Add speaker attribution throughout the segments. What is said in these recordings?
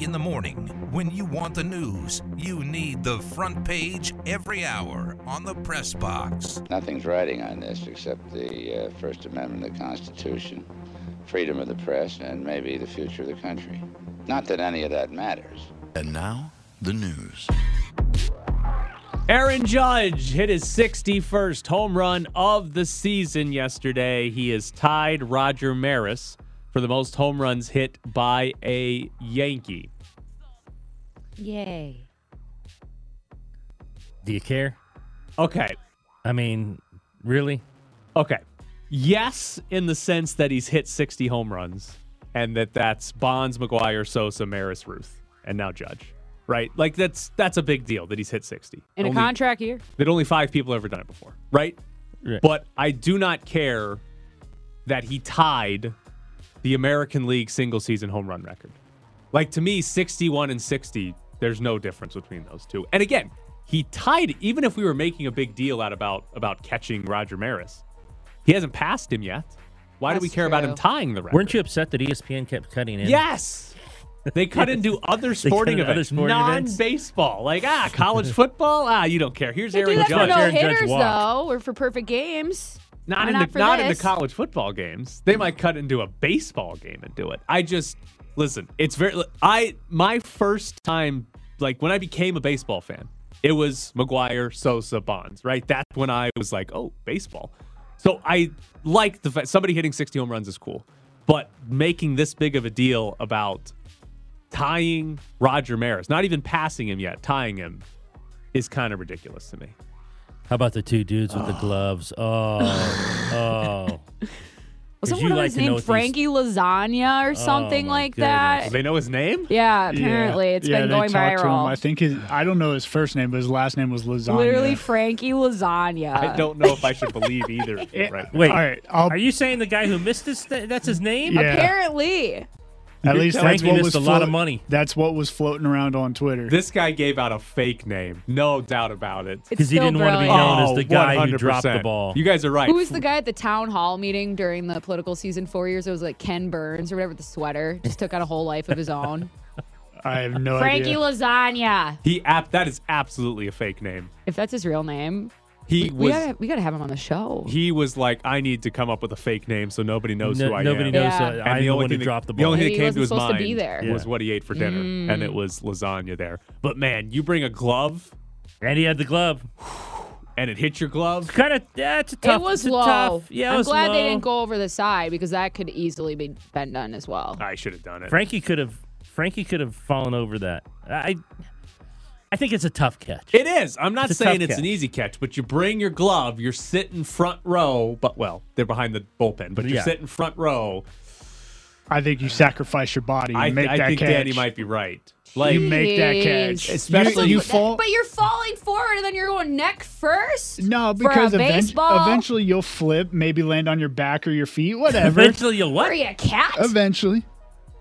Speaker 1: In the morning, when you want the news, you need the front page every hour on the press box.
Speaker 2: Nothing's writing on this except the uh, First Amendment, the Constitution, freedom of the press, and maybe the future of the country. Not that any of that matters.
Speaker 3: And now, the news.
Speaker 4: Aaron Judge hit his 61st home run of the season yesterday. He has tied Roger Maris for the most home runs hit by a Yankee.
Speaker 5: Yay.
Speaker 6: Do you care?
Speaker 4: Okay.
Speaker 6: I mean, really?
Speaker 4: Okay. Yes, in the sense that he's hit 60 home runs and that that's Bonds, McGuire, Sosa, Maris, Ruth, and now Judge. Right? Like that's that's a big deal that he's hit 60.
Speaker 5: In
Speaker 4: Only-
Speaker 5: a contract year?
Speaker 4: that only 5 people have ever done it before, right?
Speaker 6: Right.
Speaker 4: But I do not care that he tied the American League single season home run record. Like to me, 61 and 60, there's no difference between those two. And again, he tied even if we were making a big deal out about about catching Roger Maris. He hasn't passed him yet. Why do we
Speaker 5: That's
Speaker 4: care about
Speaker 5: true.
Speaker 4: him tying the record?
Speaker 6: Weren't you upset that E ESPN kept cutting in?
Speaker 4: Yes. They cut into other sporting
Speaker 6: into other
Speaker 4: events,
Speaker 6: sporting events.
Speaker 4: non-baseball. Like ah, college football. Ah, you don't care. Here's
Speaker 5: They do
Speaker 4: Aaron
Speaker 5: that for
Speaker 4: Judge.
Speaker 5: no
Speaker 6: Aaron Judge
Speaker 5: hitters,
Speaker 6: walked.
Speaker 5: though, or for perfect games.
Speaker 4: Not
Speaker 5: Why
Speaker 4: in
Speaker 5: not
Speaker 4: the
Speaker 5: for
Speaker 4: not in the
Speaker 5: this?
Speaker 4: college football games. They might cut into a baseball game and do it. I just listen. It's very I my first time like when I became a baseball fan. It was McGuire, Sosa, Bonds, right? That's when I was like, oh, baseball. So I like the fact somebody hitting 60 home runs is cool, but making this big of a deal about tying Roger Maris, not even passing him yet, tying him is kind of ridiculous to me.
Speaker 6: How about the two dudes with the gloves? Oh, oh.
Speaker 5: Wasn't
Speaker 6: you
Speaker 5: one of
Speaker 6: like
Speaker 5: his
Speaker 6: to know
Speaker 5: named
Speaker 6: these-
Speaker 5: Frankie Lasagna or something
Speaker 6: my
Speaker 5: like
Speaker 6: goodness.
Speaker 5: that?
Speaker 4: They know his name?
Speaker 5: Yeah, apparently
Speaker 7: Yeah.
Speaker 5: it's
Speaker 7: Yeah,
Speaker 5: been
Speaker 7: they
Speaker 5: going
Speaker 7: talked to him.
Speaker 5: viral.
Speaker 7: I think his, I don't know his first name, but his last name was Lasagna.
Speaker 5: Literally Frankie Lasagna.
Speaker 4: I don't know if I should believe either of them right now.
Speaker 6: Wait,
Speaker 7: All right, I'll-
Speaker 6: are you saying the guy who missed this? Th- that's his name?
Speaker 7: Yeah.
Speaker 5: Apparently.
Speaker 7: At least
Speaker 6: telling
Speaker 7: that's
Speaker 6: me
Speaker 7: what
Speaker 6: this
Speaker 7: was
Speaker 6: is a lot of
Speaker 7: float-
Speaker 6: money.
Speaker 7: That's what was floating around on Twitter.
Speaker 4: This guy gave out a fake name. No doubt about it. Oh,
Speaker 5: It's
Speaker 6: Because he
Speaker 5: still
Speaker 6: didn't want to be
Speaker 5: brilliant.
Speaker 6: known as the guy who dropped the
Speaker 4: 100%.
Speaker 6: ball.
Speaker 4: You guys are right.
Speaker 5: Who was the guy at the town hall meeting during the political season four years? It was like Ken Burns or whatever, the sweater. Just took on a whole life of his own.
Speaker 7: I have no
Speaker 5: Frankie
Speaker 7: idea.
Speaker 5: Lasagna.
Speaker 4: He app that is absolutely a fake name.
Speaker 5: If that's his real name,
Speaker 4: He
Speaker 5: we
Speaker 4: was
Speaker 5: gotta, we gotta have him on the show.
Speaker 4: he was like, I need to come up with a fake name so nobody knows
Speaker 6: No-
Speaker 4: who I
Speaker 6: nobody
Speaker 4: am.
Speaker 6: knows.
Speaker 5: Yeah.
Speaker 6: Uh,
Speaker 4: And
Speaker 6: I'm
Speaker 4: the
Speaker 6: the
Speaker 4: only
Speaker 6: one
Speaker 4: thing
Speaker 6: who
Speaker 4: that-
Speaker 6: dropped the
Speaker 4: The
Speaker 6: ball.
Speaker 4: only
Speaker 5: Maybe
Speaker 4: thing that
Speaker 5: he
Speaker 4: came
Speaker 5: wasn't
Speaker 4: to his
Speaker 5: supposed
Speaker 4: mind
Speaker 5: to be there. Mm.
Speaker 4: was
Speaker 6: Yeah.
Speaker 4: what he ate for dinner, and it was lasagna there. But man, you bring a glove
Speaker 6: and he had the glove.
Speaker 4: and it hit your glove.
Speaker 6: Kind of. That's a tough.
Speaker 5: it was
Speaker 6: it's a
Speaker 5: low.
Speaker 6: tough- yeah, it
Speaker 5: I'm
Speaker 6: was
Speaker 5: glad they
Speaker 6: low.
Speaker 5: didn't go over the side because that could easily be been done as well.
Speaker 4: I should have done it.
Speaker 6: Frankie could have. Frankie could have fallen over that. I. I think it's a tough catch.
Speaker 4: It is. I'm not
Speaker 6: It's a
Speaker 4: saying
Speaker 6: tough
Speaker 4: it's an
Speaker 6: catch.
Speaker 4: easy catch, but you bring your glove, you're sitting front row, but well, they're behind the bullpen, but you're
Speaker 6: Yeah.
Speaker 4: sitting front row.
Speaker 7: I think you sacrifice your body. You
Speaker 4: I,
Speaker 7: make
Speaker 4: I
Speaker 7: that
Speaker 4: think
Speaker 7: catch.
Speaker 4: Danny might be right. Like
Speaker 7: you make that
Speaker 5: Jeez.
Speaker 7: catch.
Speaker 4: Especially-
Speaker 7: you, you
Speaker 4: But-
Speaker 7: fall.
Speaker 5: But you're falling forward and then you're going neck first.
Speaker 7: No, because
Speaker 5: for a
Speaker 7: event-
Speaker 5: baseball
Speaker 7: eventually you'll flip, maybe land on your back or your feet, whatever.
Speaker 6: Eventually, you'll
Speaker 5: Are
Speaker 6: what?
Speaker 5: you a cat?
Speaker 7: Eventually,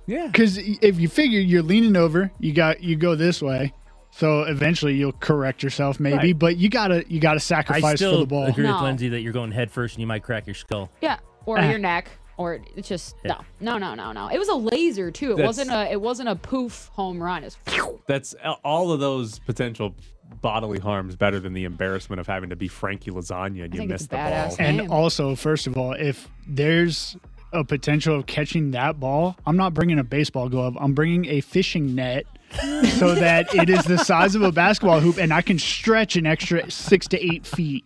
Speaker 4: Yeah.
Speaker 7: because if you figure you're leaning over, you got you go this way, so eventually you'll correct yourself, maybe.
Speaker 6: Right.
Speaker 7: But you gotta you gotta
Speaker 6: I
Speaker 7: sacrifice for
Speaker 6: still
Speaker 7: the ball.
Speaker 6: agree with
Speaker 5: No.
Speaker 6: Lindsay that you're going head first and you might crack your skull.
Speaker 5: Yeah, or
Speaker 7: Ah.
Speaker 5: your neck, or it's just no, no, no, no, no. It was a laser too. It
Speaker 4: That's-
Speaker 5: wasn't a. It wasn't a poof home run. It's
Speaker 4: That's all of those potential bodily harms better than the embarrassment of having to be Frankie Lasagna and you
Speaker 5: think it's
Speaker 4: miss the
Speaker 5: badass.
Speaker 4: ball.
Speaker 7: And
Speaker 5: Same.
Speaker 7: also, first of all, if there's a potential of catching that ball, I'm not bringing a baseball glove. I'm bringing a fishing net so that it is the size of a basketball hoop and I can stretch an extra six to eight feet.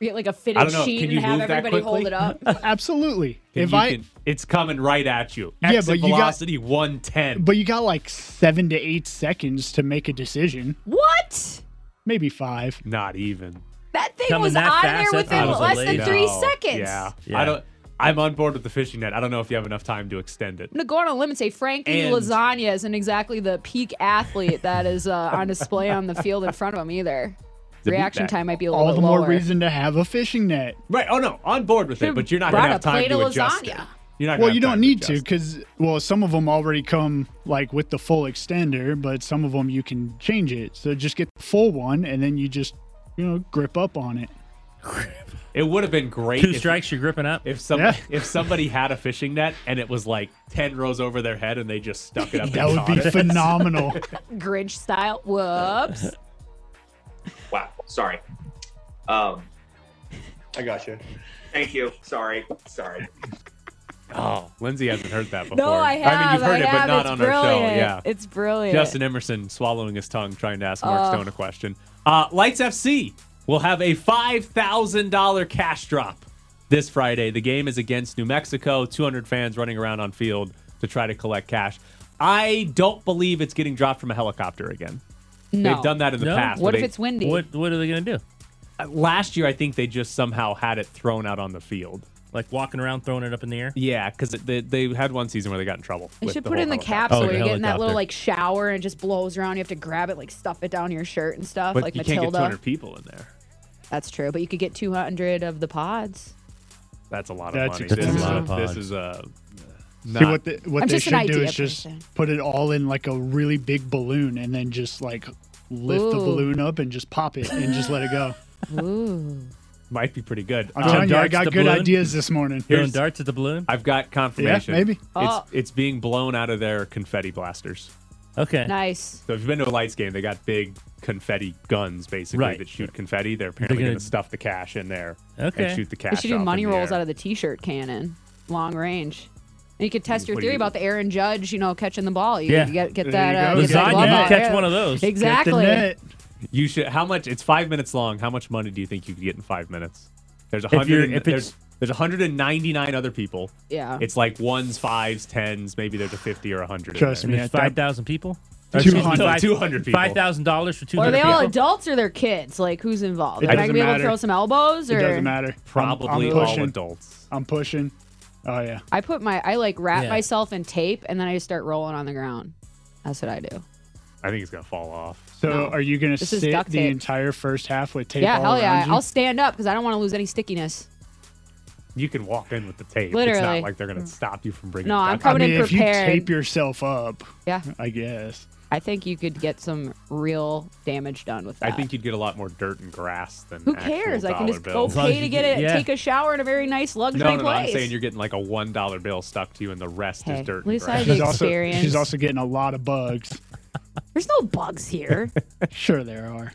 Speaker 5: we get like a
Speaker 4: I
Speaker 5: fitted
Speaker 4: don't know,
Speaker 5: sheet
Speaker 4: can
Speaker 5: and
Speaker 4: you
Speaker 5: have
Speaker 4: move that
Speaker 5: everybody hold
Speaker 4: quickly?
Speaker 5: it up.
Speaker 7: Absolutely.
Speaker 4: And
Speaker 7: if
Speaker 4: you
Speaker 7: I
Speaker 4: can- it's coming right at you.
Speaker 7: Yeah,
Speaker 4: Exit
Speaker 7: but you got-
Speaker 4: velocity 110.
Speaker 7: but you got like seven to eight seconds to make a decision,
Speaker 5: what?
Speaker 7: maybe five.
Speaker 4: Not even.
Speaker 5: That thing
Speaker 6: Coming
Speaker 5: was
Speaker 6: that
Speaker 5: out
Speaker 6: fast,
Speaker 5: of there
Speaker 6: that thing
Speaker 5: within
Speaker 6: was a
Speaker 5: less
Speaker 6: laser.
Speaker 5: than three
Speaker 4: No.
Speaker 5: seconds.
Speaker 4: Oh, Yeah.
Speaker 6: Yeah.
Speaker 4: I don't I'm on board with the fishing net. I don't know if you have enough time to extend it.
Speaker 5: I'm gonna go on a limb and say Frankie
Speaker 4: And-
Speaker 5: Lasagna isn't exactly the peak athlete that is uh, on display on the field in front of him either.
Speaker 4: The
Speaker 5: Reaction
Speaker 4: meatbag.
Speaker 5: time might be a little
Speaker 7: All
Speaker 5: bit
Speaker 7: the more
Speaker 5: lower.
Speaker 7: reason to have a fishing net.
Speaker 4: Right. Oh no, on board with it,
Speaker 5: Dude,
Speaker 4: but you're not gonna
Speaker 5: brought a
Speaker 4: have time
Speaker 5: plate of
Speaker 4: to adjust. It.
Speaker 5: lasagna.
Speaker 4: You're not. gonna
Speaker 7: Well,
Speaker 4: have
Speaker 7: you don't
Speaker 4: time
Speaker 7: need to
Speaker 4: adjust.
Speaker 7: because, well, some of them already come like with the full extender, but some of them you can change it. So just get the full one and then you just, you know, grip up on it.
Speaker 4: It would have been great
Speaker 6: Two
Speaker 4: if-
Speaker 6: strikes, you're gripping up.
Speaker 4: if some
Speaker 7: Yeah.
Speaker 4: if somebody had a fishing net and it was like ten rows over their head and they just stuck it up.
Speaker 7: That would be phenomenal.
Speaker 5: Grinch style. Whoops.
Speaker 8: Wow. Sorry. Um,
Speaker 9: I got you.
Speaker 8: thank you. Sorry. Sorry.
Speaker 4: Oh, Lindsay hasn't heard that before.
Speaker 5: No, I have.
Speaker 4: I mean, you've heard
Speaker 5: I
Speaker 4: it,
Speaker 5: have.
Speaker 4: but not
Speaker 5: it's
Speaker 4: on
Speaker 5: brilliant.
Speaker 4: our show. Yeah.
Speaker 5: It's brilliant.
Speaker 4: Justin Emerson swallowing his tongue trying to ask Mark
Speaker 5: Oh.
Speaker 4: Stone a question. Uh, Lights FC will have a $5,000 cash drop this Friday. The game is against New Mexico. 200 fans running around on field to try to collect cash. I don't believe it's getting dropped from a helicopter again.
Speaker 5: no.
Speaker 4: They've done that in the
Speaker 6: No.
Speaker 4: past.
Speaker 5: What
Speaker 4: but
Speaker 5: if
Speaker 4: they- uh,
Speaker 5: it's windy?
Speaker 6: What What are they gonna do?
Speaker 4: last year? I think they just somehow had it thrown out on the field.
Speaker 6: Like walking around, throwing it up in the air?
Speaker 4: Yeah, because they, they had one season where they got in trouble.
Speaker 5: They
Speaker 4: with
Speaker 5: should
Speaker 4: the
Speaker 5: put it
Speaker 4: whole
Speaker 5: in the
Speaker 4: helicopter.
Speaker 5: capsule.
Speaker 6: Oh,
Speaker 5: where
Speaker 6: the
Speaker 5: You're getting that little
Speaker 6: helicopter.
Speaker 5: like shower and it just blows around. You have to grab it, like stuff it down your shirt and stuff,
Speaker 4: But
Speaker 5: like
Speaker 4: you
Speaker 5: Matilda.
Speaker 4: can't get 200 people in there.
Speaker 5: That's true. But you could get 200 of the pods.
Speaker 4: That's a lot of
Speaker 7: That's
Speaker 4: money.
Speaker 7: expensive.
Speaker 4: This is
Speaker 6: That's a lot of
Speaker 4: This
Speaker 6: pods.
Speaker 4: is a.
Speaker 7: See, what the, what
Speaker 5: I'm
Speaker 7: they
Speaker 5: just an
Speaker 7: should do
Speaker 5: idea
Speaker 7: is just
Speaker 5: person.
Speaker 7: put it all in like a really big balloon and then just like lift the
Speaker 5: Ooh.
Speaker 7: balloon up and just pop it and just let it go.
Speaker 5: Ooh.
Speaker 4: might be pretty good.
Speaker 7: I'm
Speaker 4: Um,
Speaker 7: telling you, I
Speaker 6: darts
Speaker 7: got
Speaker 6: the
Speaker 7: good
Speaker 6: balloon?
Speaker 7: ideas this morning.
Speaker 6: Throwing
Speaker 4: Here's-
Speaker 6: darts at the balloon?
Speaker 4: I've got confirmation.
Speaker 7: Yeah, maybe.
Speaker 5: Oh.
Speaker 4: It's it's being blown out of their confetti blasters.
Speaker 6: Okay.
Speaker 5: Nice.
Speaker 4: So if you've been to a lights game, they got big confetti guns basically
Speaker 6: Right.
Speaker 4: that shoot confetti. They're apparently
Speaker 6: gonna-
Speaker 4: going to stuff the cash in there
Speaker 6: Okay.
Speaker 4: and shoot the
Speaker 5: They
Speaker 4: cash.
Speaker 5: should do
Speaker 4: off
Speaker 5: money
Speaker 4: in the
Speaker 5: rolls
Speaker 4: air.
Speaker 5: out of the t-shirt cannon, long range. And you could
Speaker 7: Mm,
Speaker 5: test your
Speaker 4: What do you
Speaker 5: theory
Speaker 4: do?
Speaker 5: about the Aaron Judge, you know, catching the ball. You
Speaker 6: Yeah.
Speaker 5: could get get
Speaker 7: There
Speaker 5: that.
Speaker 7: you
Speaker 5: Uh,
Speaker 7: go.
Speaker 5: get that
Speaker 6: Lasagna,
Speaker 5: glove
Speaker 6: you
Speaker 5: out.
Speaker 6: catch
Speaker 5: Yeah.
Speaker 6: one of those.
Speaker 7: Get the
Speaker 5: Exactly.
Speaker 7: net.
Speaker 4: You should. How much? It's five minutes long. How much money do you think you could get in five minutes? There's a
Speaker 6: If you're-
Speaker 4: hundred. and-
Speaker 6: if it's-
Speaker 4: There's there's 199 other people.
Speaker 5: Yeah.
Speaker 4: It's like ones, fives, tens. Maybe there's a 50 or a 100. in
Speaker 7: Trust
Speaker 4: there.
Speaker 7: me,
Speaker 6: And
Speaker 7: at
Speaker 6: there's
Speaker 7: that-
Speaker 6: 5,000 people?
Speaker 7: 200.
Speaker 4: people.
Speaker 6: Five thousand dollars for two
Speaker 5: Or are
Speaker 6: hundred
Speaker 5: they
Speaker 6: people.
Speaker 5: all adults or they're kids? Like who's involved?
Speaker 7: It
Speaker 5: Am I
Speaker 7: doesn't
Speaker 5: gonna be able to
Speaker 7: matter.
Speaker 5: throw some elbows or
Speaker 7: It doesn't matter.
Speaker 4: Probably
Speaker 7: I'm, I'm
Speaker 4: all
Speaker 7: pushing.
Speaker 4: adults.
Speaker 7: I'm pushing. Oh yeah.
Speaker 5: I put my I like wrap
Speaker 6: Yeah.
Speaker 5: myself in tape and then I just start rolling on the ground. That's what I do.
Speaker 4: I think it's gonna fall off.
Speaker 7: So
Speaker 5: No.
Speaker 7: are you gonna
Speaker 5: This is
Speaker 7: sit
Speaker 5: duct
Speaker 7: the
Speaker 5: tape.
Speaker 7: entire first half with tape?
Speaker 5: yeah,
Speaker 7: all
Speaker 5: hell yeah.
Speaker 7: around you?
Speaker 5: I'll stand up because I don't want to lose any stickiness.
Speaker 4: You can walk in with the tape. It's
Speaker 5: Literally.
Speaker 4: not like they're gonna stop you from bringing.
Speaker 5: No,
Speaker 4: it
Speaker 5: I'm
Speaker 4: back.
Speaker 7: I
Speaker 5: coming
Speaker 7: mean,
Speaker 5: in
Speaker 7: if you
Speaker 5: prepared.
Speaker 7: tape yourself up,
Speaker 5: Yeah.
Speaker 7: I guess.
Speaker 5: I think you could get some real damage done with
Speaker 4: I
Speaker 5: that.
Speaker 4: think you'd get a lot more dirt and grass than.
Speaker 5: Who
Speaker 4: actual
Speaker 5: cares? I can
Speaker 4: dollar
Speaker 5: just
Speaker 4: bills.
Speaker 5: go
Speaker 6: long as
Speaker 5: pay to
Speaker 6: you
Speaker 5: get
Speaker 6: get-
Speaker 5: it,
Speaker 6: yeah.
Speaker 5: take a shower in a very nice luxury
Speaker 4: No, no, no,
Speaker 5: place.
Speaker 4: I'm saying you're getting like a one dollar bill stuck to you, and the rest
Speaker 5: Hey,
Speaker 4: is dirt.
Speaker 5: at least I
Speaker 4: and grass.
Speaker 5: did.
Speaker 7: She's also,
Speaker 5: Experience.
Speaker 7: she's also getting a lot of bugs.
Speaker 5: There's no bugs here.
Speaker 7: Sure, there are.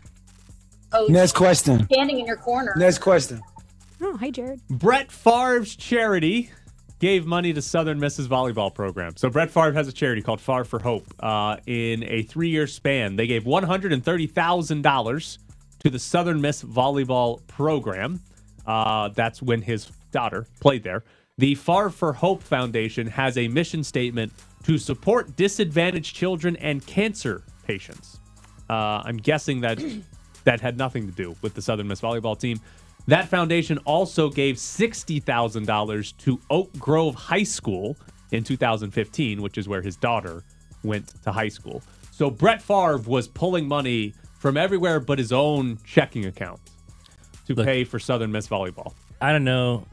Speaker 10: Next question.
Speaker 11: standing in your corner.
Speaker 10: Next question.
Speaker 5: oh, hi, Jared.
Speaker 4: Brett Favre's charity gave money to Southern Miss's volleyball program. So Brett Favre has a charity called Favre for Hope. Uh, in a three-year span, they gave one hundred and thirty thousand dollars to the Southern Miss volleyball program. Uh, that's when his daughter played there. The Far for Hope Foundation has a mission statement to support disadvantaged children and cancer patients. Uh, I'm guessing that that had nothing to do with the Southern Miss volleyball team. That foundation also gave $60,000 to Oak Grove High School in 2015, which is where his daughter went to high school. So Brett Favre was pulling money from everywhere but his own checking account to
Speaker 6: Look.
Speaker 4: pay for Southern Miss volleyball.
Speaker 6: I don't know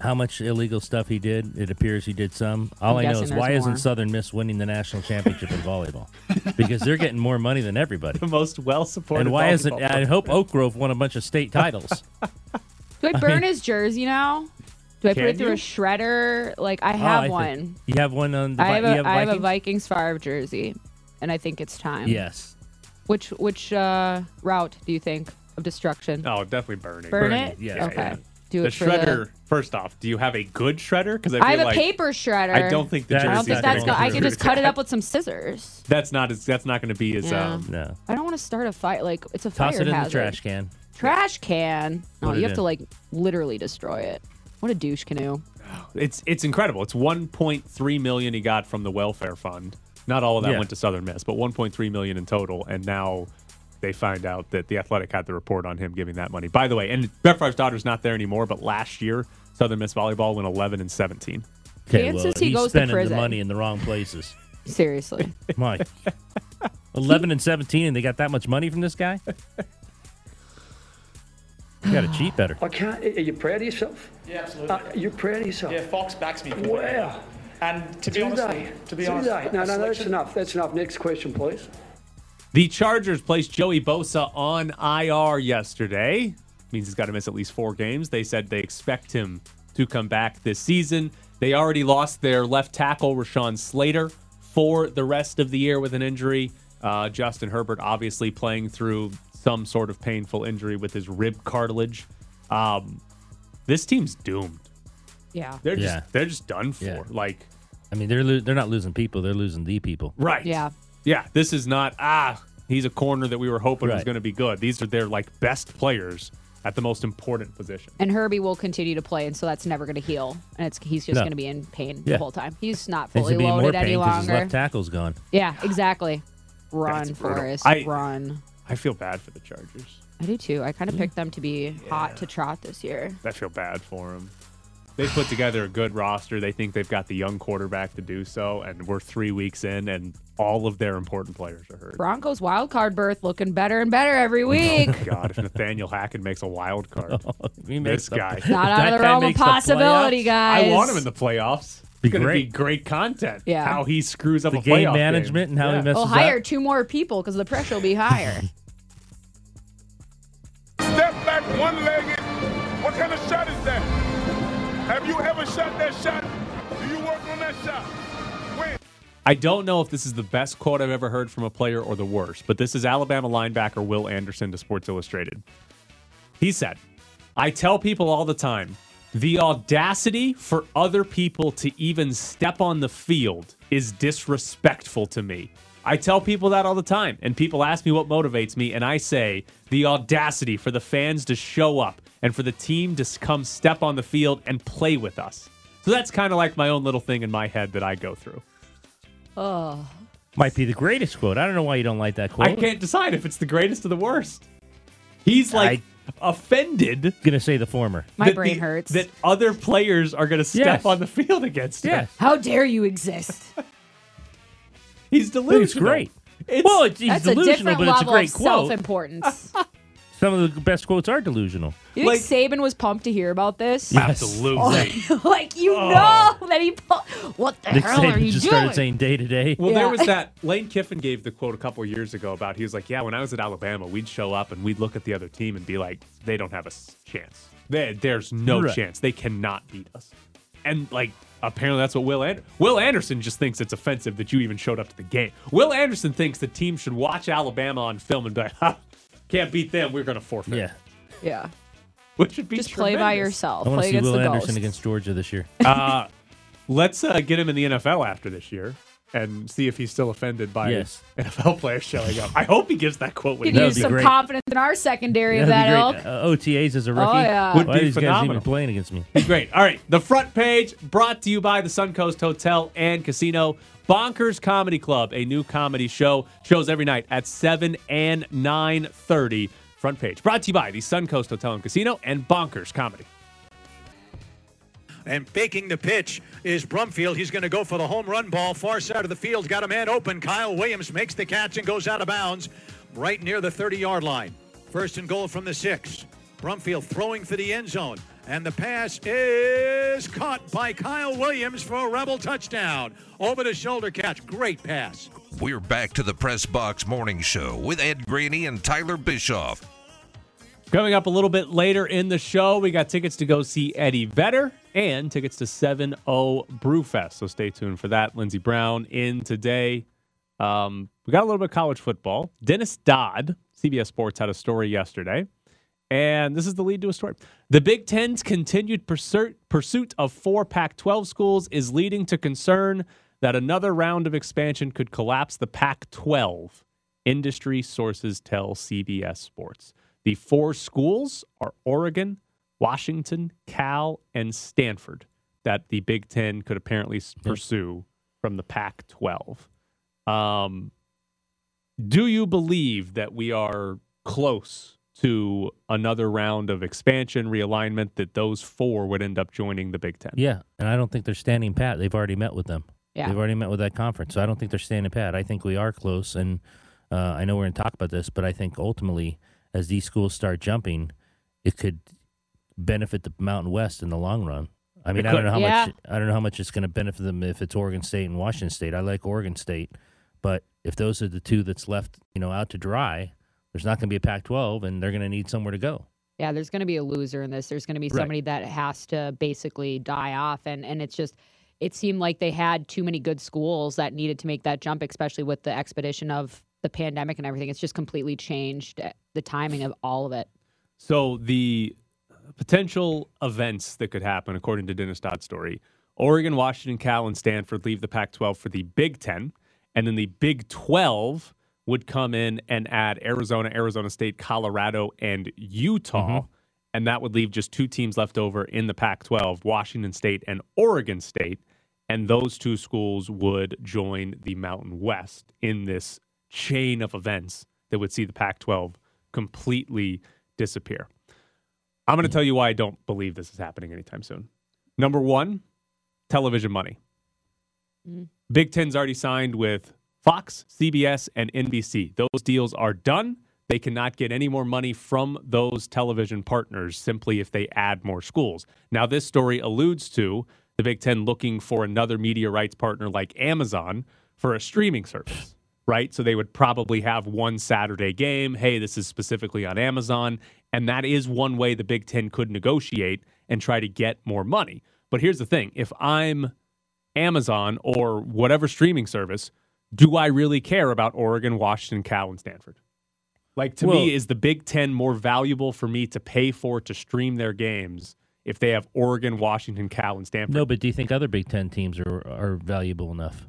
Speaker 6: how much illegal stuff he did. It appears he did some. All
Speaker 5: I'm
Speaker 6: i know
Speaker 5: guessing
Speaker 6: is
Speaker 5: there's
Speaker 6: why
Speaker 5: more.
Speaker 6: isn't Southern Miss winning the national championship in volleyball? Because they're getting more money than everybody.
Speaker 4: The most well supported.
Speaker 6: And why isn't I hope Oak Grove won a bunch of state titles?
Speaker 5: Do I burn his jersey now? Do I put
Speaker 4: Can
Speaker 5: it through
Speaker 4: you?
Speaker 5: a shredder? Like I
Speaker 6: Oh,
Speaker 5: have
Speaker 6: I think-
Speaker 5: one.
Speaker 6: You have one on the
Speaker 5: I
Speaker 6: Vi-
Speaker 5: have
Speaker 6: you
Speaker 5: a I have a
Speaker 6: Vikings?
Speaker 5: Vikings Favre jersey, and I think it's time.
Speaker 6: Yes.
Speaker 5: Which which uh, route do you think of destruction?
Speaker 4: Oh, definitely burning.
Speaker 5: burn,
Speaker 6: burn
Speaker 5: it.
Speaker 6: it, yeah,
Speaker 5: okay.
Speaker 4: yeah.
Speaker 5: Do
Speaker 4: The
Speaker 5: it for
Speaker 4: shredder.
Speaker 5: the.
Speaker 4: First off, do you have a good shredder? Because I,
Speaker 5: I have
Speaker 4: feel
Speaker 5: a
Speaker 4: like
Speaker 5: paper shredder.
Speaker 4: I don't think the
Speaker 6: That
Speaker 5: I don't
Speaker 6: is
Speaker 4: jersey's
Speaker 5: think
Speaker 6: not
Speaker 5: that's.
Speaker 6: gonna
Speaker 5: Go- I
Speaker 6: go
Speaker 5: could
Speaker 4: through.
Speaker 5: just cut it up with some scissors.
Speaker 4: That's not. as- That's not going to be as.
Speaker 5: Yeah.
Speaker 4: Um,
Speaker 6: No.
Speaker 5: I don't want to start a fight. Like it's a
Speaker 6: Toss
Speaker 5: fire
Speaker 6: it in
Speaker 5: hazard.
Speaker 6: the trash can.
Speaker 5: Trash can. No,
Speaker 6: Put
Speaker 5: you
Speaker 6: it
Speaker 5: have to
Speaker 6: in.
Speaker 5: like literally destroy it. What a douche canoe.
Speaker 4: it's it's incredible. It's 1.3 million he got from the welfare fund. Not all of that
Speaker 6: Yeah.
Speaker 4: went to Southern Miss, but 1.3 million in total. And now they find out that the Athletic had the report on him giving that money. By the way, and Brett Favre's daughter's not there anymore. But last year, Southern Miss volleyball went 11 and 17.
Speaker 6: Okay,
Speaker 5: Chances
Speaker 6: well,
Speaker 5: he
Speaker 6: he's
Speaker 5: goes to
Speaker 6: spending
Speaker 5: prison.
Speaker 6: the money in the wrong places.
Speaker 5: Seriously.
Speaker 6: My. 11 and 17, and they got that much money from this guy? You got to cheat better.
Speaker 9: I can't. Are you proud of yourself?
Speaker 10: Yeah, absolutely.
Speaker 9: Uh, you're proud of yourself.
Speaker 10: Yeah, Fox backs me. completely.
Speaker 9: Wow.
Speaker 10: And to be
Speaker 9: Do
Speaker 10: honest, with
Speaker 9: they?
Speaker 10: you- to be
Speaker 9: Do they?
Speaker 10: honest, a
Speaker 9: No, no, that's
Speaker 10: selection-
Speaker 9: enough. That's enough. Next question, please.
Speaker 4: The Chargers placed Joey Bosa on IR yesterday. means he's got to miss at least four games. They said they expect him to come back this season. They already lost their left tackle, Rashawn Slater, for the rest of the year with an injury. Uh, Justin Herbert obviously playing through some sort of painful injury with his rib cartilage. Um, this team's doomed.
Speaker 5: Yeah.
Speaker 4: They're
Speaker 6: Yeah.
Speaker 4: just they're just done for. Like,
Speaker 6: I mean, they're lo- they're not losing people; they're losing the people.
Speaker 4: Right.
Speaker 5: Yeah.
Speaker 4: Yeah. This is not ah. He's a corner that we were hoping was
Speaker 6: Right.
Speaker 4: going to be good. These are their like best players at the most important position.
Speaker 5: And Herbie will continue to play, and so that's never going to heal, and it's he's just
Speaker 6: No.
Speaker 5: going to be in pain
Speaker 6: Yeah.
Speaker 5: the whole time. He's not
Speaker 6: It's
Speaker 5: fully
Speaker 6: gonna be more
Speaker 5: loaded any
Speaker 6: pain because his
Speaker 5: longer.
Speaker 6: left tackle's gone.
Speaker 5: Yeah, exactly. Run,
Speaker 4: brutal.
Speaker 5: Forrest.
Speaker 4: I-
Speaker 5: run.
Speaker 4: I feel bad for the Chargers.
Speaker 5: I do too. I kind of picked them to be hot to trot this year.
Speaker 4: I feel bad for them. They put together a good roster. They think they've got the young quarterback to do so, and we're three weeks in, and all of their important players are hurt. Oh,
Speaker 5: Broncos wild card berth looking better and better every week.
Speaker 4: God, if Nathaniel Hackett makes a wild card,
Speaker 6: makes
Speaker 4: this
Speaker 6: the-
Speaker 4: guy
Speaker 5: Not out
Speaker 6: That
Speaker 5: of the
Speaker 6: guy
Speaker 5: realm of
Speaker 6: makes the
Speaker 5: possibility, guys.
Speaker 4: I want him in the playoffs.
Speaker 6: Be
Speaker 4: it's gonna
Speaker 6: great.
Speaker 4: be great content.
Speaker 5: Yeah.
Speaker 4: How he screws up
Speaker 6: The
Speaker 4: a
Speaker 6: game
Speaker 4: playoff
Speaker 6: management and how he messes
Speaker 5: Well, hire two more people because the pressure will be higher.
Speaker 11: Step back one legged. What kind of shot is that? Have you ever shot that shot? Do you work on that shot? When?
Speaker 4: I don't know if this is the best quote I've ever heard from a player or the worst, but this is Alabama linebacker Will Anderson to Sports Illustrated. He said, I tell people all the time the audacity for other people to even step on the field is disrespectful to me. I tell people that all the time, and people ask me what motivates me, and I say the audacity for the fans to show up and for the team to s- come step on the field and play with us. So that's kind of like my own little thing in my head that I go through.
Speaker 5: oh.
Speaker 6: up. Might be the greatest quote. I don't know why you don't like that quote.
Speaker 4: I can't decide if it's the greatest or the worst. He's like offended.
Speaker 6: Gonna say the former.
Speaker 5: My
Speaker 4: that
Speaker 5: brain
Speaker 4: the-
Speaker 5: hurts.
Speaker 4: that other players are going to step
Speaker 6: Yes.
Speaker 4: on the field against him.
Speaker 6: Yes.
Speaker 5: How dare you exist?
Speaker 4: He's
Speaker 6: But
Speaker 4: delusional.
Speaker 6: it's great.
Speaker 4: It's-
Speaker 6: well, it's, he's
Speaker 5: That's a
Speaker 6: delusional,
Speaker 5: different
Speaker 6: but
Speaker 5: level
Speaker 6: it's a great
Speaker 5: of
Speaker 6: quote.
Speaker 5: self-importance.
Speaker 6: Some of the best quotes are delusional.
Speaker 5: You
Speaker 4: Like-
Speaker 5: think Saban was pumped to hear about this?
Speaker 4: Absolutely.
Speaker 5: like you
Speaker 4: Oh.
Speaker 5: know that he. Pu- what the
Speaker 6: Nick
Speaker 5: hell are
Speaker 6: Saban
Speaker 5: you
Speaker 6: just
Speaker 5: doing?
Speaker 6: started saying day to day.
Speaker 4: Well,
Speaker 5: Yeah.
Speaker 4: there was that. Lane Kiffin gave the quote a couple years ago about he was like, "Yeah, when I was at Alabama, we'd show up and we'd look at the other team and be like, they don't have a s- chance. There- there's no
Speaker 6: Right.
Speaker 4: chance. They cannot beat us." And like, apparently that's what Will and Will Anderson just thinks it's offensive that you even showed up to the game. Will Anderson thinks the team should watch Alabama on film and be like, "Ha, can't beat them. We're gonna forfeit."
Speaker 6: Yeah.
Speaker 5: Yeah.
Speaker 4: which would be
Speaker 5: Just play by
Speaker 4: tremendous.
Speaker 5: yourself.
Speaker 6: I want
Speaker 5: Play
Speaker 6: to see
Speaker 5: against
Speaker 6: Will
Speaker 5: the
Speaker 6: Anderson
Speaker 5: ghosts.
Speaker 6: against Georgia this year.
Speaker 4: Uh, let's uh, get him in the NFL after this year and see if he's still offended by
Speaker 6: Yes.
Speaker 4: NFL players showing up. I hope he gives that quote when
Speaker 5: Could
Speaker 4: he
Speaker 6: That would
Speaker 5: use
Speaker 6: be
Speaker 5: some
Speaker 6: great.
Speaker 5: confidence in our secondary of that
Speaker 6: That'd be
Speaker 5: elk.
Speaker 6: great. Uh, OTAs as a rookie.
Speaker 5: yeah.
Speaker 4: Would
Speaker 6: Why
Speaker 4: be
Speaker 6: are these guys
Speaker 4: phenomenal.
Speaker 6: even playing against me?
Speaker 4: Great. All right. The front page brought to you by the Suncoast Hotel and Casino. Bonkers Comedy Club, a new comedy show, shows every night at 7 and 9.30. Front page brought to you by the Suncoast Hotel and Casino and Bonkers Comedy.
Speaker 12: And faking the pitch is Brumfield. He's going to go for the home run ball. Far side of the field. Got a man open. Kyle Williams makes the catch and goes out of bounds right near the 30 yard line. First and goal from the six. Brumfield throwing for the end zone. And the pass is caught by Kyle Williams for a Rebel touchdown. Over the shoulder catch. Great pass.
Speaker 1: We're back to the Press Box Morning Show with Ed Graney and Tyler Bischoff.
Speaker 4: Coming up a little bit later in the show, we got tickets to go see Eddie Vedder and tickets to 7 0 Brewfest. So stay tuned for that. Lindsey Brown in today. Um, we got a little bit of college football. Dennis Dodd, CBS Sports, had a story yesterday. And this is the lead to a story. The Big Ten's continued pursuit, pursuit of four Pac 12 schools is leading to concern that another round of expansion could collapse the Pac 12. Industry sources tell CBS Sports. The four schools are Oregon, Washington, Cal, and Stanford that the Big Ten could apparently s- pursue from the Pac 12. Um, do you believe that we are close to another round of expansion realignment that those four would end up joining the Big Ten?
Speaker 6: Yeah, and I don't think they're standing pat. They've already met with them.
Speaker 5: Yeah.
Speaker 6: They've already met with that conference, so I don't think they're standing pat. I think we are close, and uh, I know we're going to talk about this, but I think ultimately, as these schools start jumping, it could benefit the Mountain West in the long run. I mean, I don't know how
Speaker 5: Yeah.
Speaker 6: much I don't know how much it's going to benefit them if it's Oregon State and Washington State. I like Oregon State, but if those are the two that's left, you know, out to dry, there's not going to be a Pac-12, and they're going to need somewhere to go.
Speaker 5: yeah, there's going to be a loser in this. There's going to be
Speaker 13: Right.
Speaker 5: somebody that has to basically die off, and and it's just it seemed like they had too many good schools that needed to make that jump, especially with the expedition of the pandemic and everything. It's just completely changed uh, the timing of all of it.
Speaker 4: So the potential events that could happen, according to Dennis Dodd's story, Oregon, Washington, Cal, and Stanford leave the Pac-12 for the Big Ten, and then the Big 12 would come in and add Arizona, Arizona State, Colorado, and Utah, and that would leave just two teams left over in the Pac-12: Washington State and Oregon State, and those two schools would join the Mountain West in this chain of events that would see the Pac-12 completely disappear. I'm going to tell you why I don't believe this is happening anytime soon. Number one, television money.
Speaker 5: Mm.
Speaker 4: Big Ten's already signed with Fox, CBS, and NBC. Those deals are done. They cannot get any more money from those television partners simply if they add more schools. Now, this story alludes to the Big Ten looking for another media rights partner like Amazon for a streaming service, right? So they would probably have one Saturday game. Hey, this is specifically on Amazon. And that is one way the Big Ten could negotiate and try to get more money. But here's the thing if I'm Amazon or whatever streaming service, do I really care about Oregon, Washington, Cal, and Stanford? Like to
Speaker 6: Well-
Speaker 4: me, is the Big Ten more valuable for me to pay for to stream their games if they have Oregon, Washington, Cal, and Stanford?
Speaker 6: No, but do you think other Big Ten teams are are valuable enough?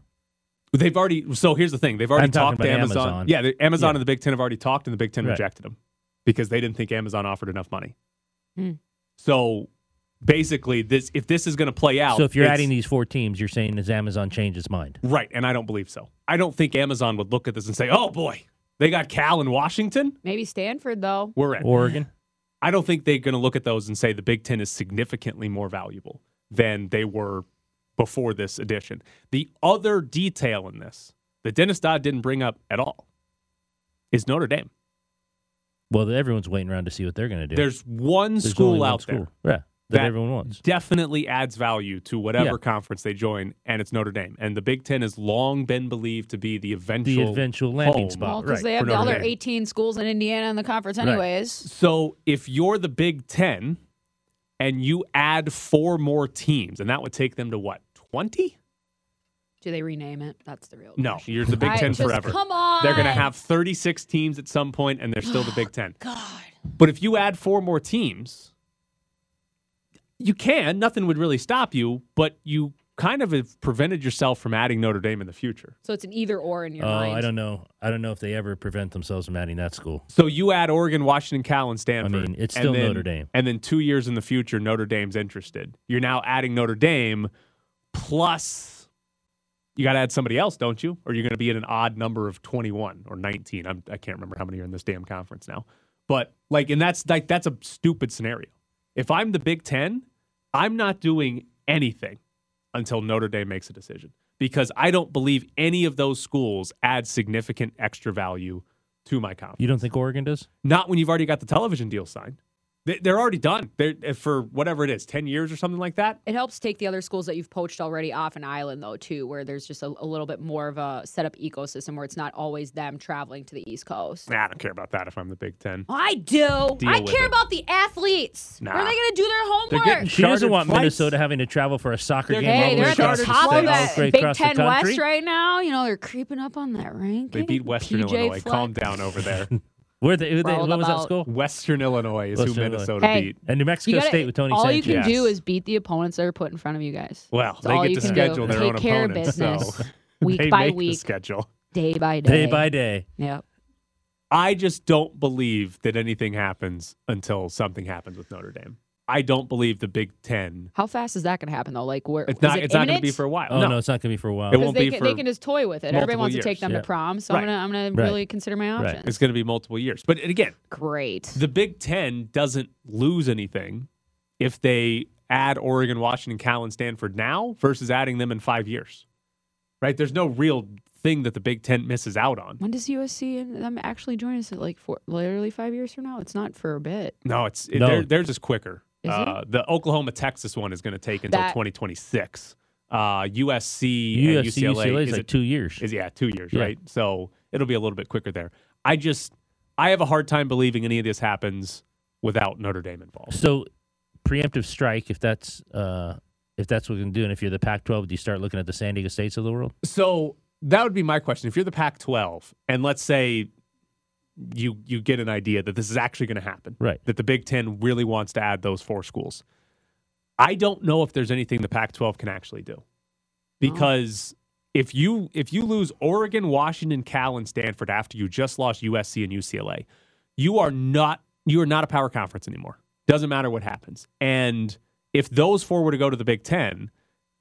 Speaker 4: They've already. So here's the thing: they've already
Speaker 6: I'm talking
Speaker 4: talked to
Speaker 6: about
Speaker 4: Amazon.
Speaker 6: Amazon.
Speaker 4: Yeah, the, Amazon
Speaker 6: Yeah.
Speaker 4: and the Big Ten have already talked, and the Big Ten
Speaker 6: Right.
Speaker 4: rejected them because they didn't think Amazon offered enough money.
Speaker 5: Hmm.
Speaker 4: So basically, this if this is going to play out,
Speaker 6: so if you're
Speaker 4: it's-
Speaker 6: adding these four teams, you're saying is Amazon changed its mind?
Speaker 4: right, and I don't believe so. I don't think Amazon would look at this and say, "Oh boy, they got Cal and Washington.
Speaker 5: Maybe Stanford though.
Speaker 4: We're in
Speaker 6: Oregon."
Speaker 4: I don't think they're going to look at those and say the Big Ten is significantly more valuable than they were before this edition. The other detail in this that Dennis Dodd didn't bring up at all is Notre Dame.
Speaker 6: Well, everyone's waiting around to see what they're going to do.
Speaker 4: There's one
Speaker 6: There's
Speaker 4: school
Speaker 6: only one
Speaker 4: out
Speaker 6: school.
Speaker 4: there.
Speaker 6: Yeah, that everyone wants.
Speaker 4: Definitely adds value to whatever
Speaker 6: Yeah.
Speaker 4: conference they join, and it's Notre Dame. And the Big Ten has long been believed to be the eventual
Speaker 6: eventual landing
Speaker 4: home
Speaker 6: spot,
Speaker 5: Because they have
Speaker 4: for
Speaker 5: the
Speaker 4: Notre
Speaker 5: other
Speaker 4: Dame.
Speaker 5: 18 schools in Indiana in the conference,
Speaker 4: Right.
Speaker 5: anyways.
Speaker 4: So if you're the Big Ten and you add four more teams, and that would take them to what, 20?
Speaker 5: Do they rename it? That's the real.
Speaker 4: No, you're the Big
Speaker 5: I-
Speaker 4: Ten
Speaker 5: just
Speaker 4: forever.
Speaker 5: come on.
Speaker 4: They're going to have 36 teams at some point, and they're still the Big Ten.
Speaker 5: God.
Speaker 4: But if you add four more teams, you can. Nothing would really stop you, but you kind of have prevented yourself from adding Notre Dame in the future.
Speaker 5: So it's an either or in your
Speaker 4: Uh,
Speaker 6: Oh,
Speaker 5: mind.
Speaker 6: I don't know. I don't know if they ever prevent themselves from adding that school.
Speaker 4: So you add Oregon, Washington, Cal, and Stanford.
Speaker 6: I mean, it's
Speaker 4: and
Speaker 6: still
Speaker 4: then-
Speaker 6: Notre Dame.
Speaker 4: And then two years in the future, Notre Dame's interested. You're now adding Notre Dame, plus you got to add somebody else, don't you? Or you're going to be at an odd number of 21 or 19. I'm, I can't remember how many are in this damn conference now. But like, and that's like that's a stupid scenario. If I'm the Big Ten, I'm not doing anything until Notre Dame makes a decision because I don't believe any of those schools add significant extra value to my conference.
Speaker 6: You don't think Oregon does?
Speaker 4: Not when you've already got the television deal signed. They- They're already done. They're if for whatever it is, ten years or something like that.
Speaker 5: It helps take the other schools that you've poached already off an island, though, too, where there's just a, a little bit more of a set up ecosystem where it's not always them traveling to the East Coast.
Speaker 4: Nah, I don't care about that if I'm the Big Ten.
Speaker 5: I do.
Speaker 4: Deal
Speaker 5: I
Speaker 4: with
Speaker 5: care
Speaker 4: it.
Speaker 5: about the athletes.
Speaker 4: Nah.
Speaker 5: Are they going to do their homework?
Speaker 6: she doesn't want
Speaker 4: flights.
Speaker 6: Minnesota having to travel for a soccer game all
Speaker 5: hey,
Speaker 6: the way
Speaker 5: they're at
Speaker 6: across
Speaker 5: the top of
Speaker 4: "Oh,
Speaker 6: state, all
Speaker 5: that
Speaker 6: the way
Speaker 5: Big
Speaker 6: across the
Speaker 5: Ten West
Speaker 6: country.
Speaker 5: right now. You know, they're creeping up on that ranking.
Speaker 4: They beat Western
Speaker 5: PJ
Speaker 4: Illinois.
Speaker 5: Fleck.
Speaker 4: Calm down over there.
Speaker 6: Where they, who they,
Speaker 5: Rolled
Speaker 6: what was that
Speaker 5: about.
Speaker 6: school?
Speaker 4: Western Illinois is who
Speaker 6: Western Illinois.
Speaker 4: Minnesota
Speaker 5: Hey.
Speaker 4: beat.
Speaker 6: And New Mexico
Speaker 5: You gotta-
Speaker 6: State with Tony
Speaker 5: All
Speaker 6: Sanchez.
Speaker 5: you can do is beat the opponents that are put in front of you guys.
Speaker 4: Well,
Speaker 5: That's
Speaker 4: they
Speaker 5: all
Speaker 4: get
Speaker 5: you
Speaker 4: to
Speaker 5: can
Speaker 4: schedule
Speaker 5: do.
Speaker 4: their
Speaker 5: Take
Speaker 4: own
Speaker 5: care of
Speaker 4: opponents,
Speaker 5: business.
Speaker 4: so
Speaker 5: week
Speaker 4: they
Speaker 5: by
Speaker 4: make the
Speaker 5: week,
Speaker 4: schedule.
Speaker 5: day by day,
Speaker 6: day by day.
Speaker 5: Yep.
Speaker 4: I just don't believe that anything happens until something happens with Notre Dame. I don't believe the Big Ten.
Speaker 5: How fast is that going to happen though? Like, where
Speaker 4: It's
Speaker 5: is
Speaker 4: not.
Speaker 5: it
Speaker 4: it's not going to be
Speaker 5: imminent?
Speaker 4: for a while.
Speaker 6: Oh no, it's not going to be for a while.
Speaker 4: It won't
Speaker 5: they
Speaker 4: be
Speaker 5: can,
Speaker 4: for
Speaker 5: they can just toy with it. Everybody
Speaker 4: multiple
Speaker 5: wants to take
Speaker 4: years.
Speaker 5: them
Speaker 4: Yeah.
Speaker 5: to prom, so
Speaker 4: Right.
Speaker 5: I'm gonna I'm gonna
Speaker 4: Right.
Speaker 5: really consider my
Speaker 4: Right.
Speaker 5: options.
Speaker 4: It's going to be multiple years. But again,
Speaker 5: Great.
Speaker 4: the Big Ten doesn't lose anything if they add Oregon, Washington, Cal, and Stanford now versus adding them in five years. Right? There's no real thing that the Big Ten misses out on.
Speaker 5: When does USC and them actually join us? At like four, literally five years from now? It's not for a bit.
Speaker 4: No, it's it,
Speaker 6: No.
Speaker 4: Their, theirs is quicker.
Speaker 5: Is it?
Speaker 4: uh, The Oklahoma Texas one is going to take until
Speaker 5: That-
Speaker 4: 2026. Uh, USC, and
Speaker 6: USC,
Speaker 4: UCLA,
Speaker 6: UCLA is like
Speaker 4: it-
Speaker 6: two years.
Speaker 4: Is yeah, two years,
Speaker 6: Yeah.
Speaker 4: right? So it'll be a little bit quicker there. I just I have a hard time believing any of this happens without Notre Dame involved.
Speaker 6: So preemptive strike, if that's uh, if that's what we can do, and if you're the Pac-12, do you start looking at the San Diego States of the world?
Speaker 4: So that would be my question. If you're the Pac-12, and let's say you you get an idea that this is actually going to happen,
Speaker 6: Right.
Speaker 4: That the Big Ten really wants to add those four schools. I don't know if there's anything the Pac-12 can actually do, because if you if you lose Oregon, Washington, Cal, and Stanford after you just lost USC and UCLA, you are not you are not a power conference anymore. Doesn't matter what happens. And if those four were to go to the Big Ten,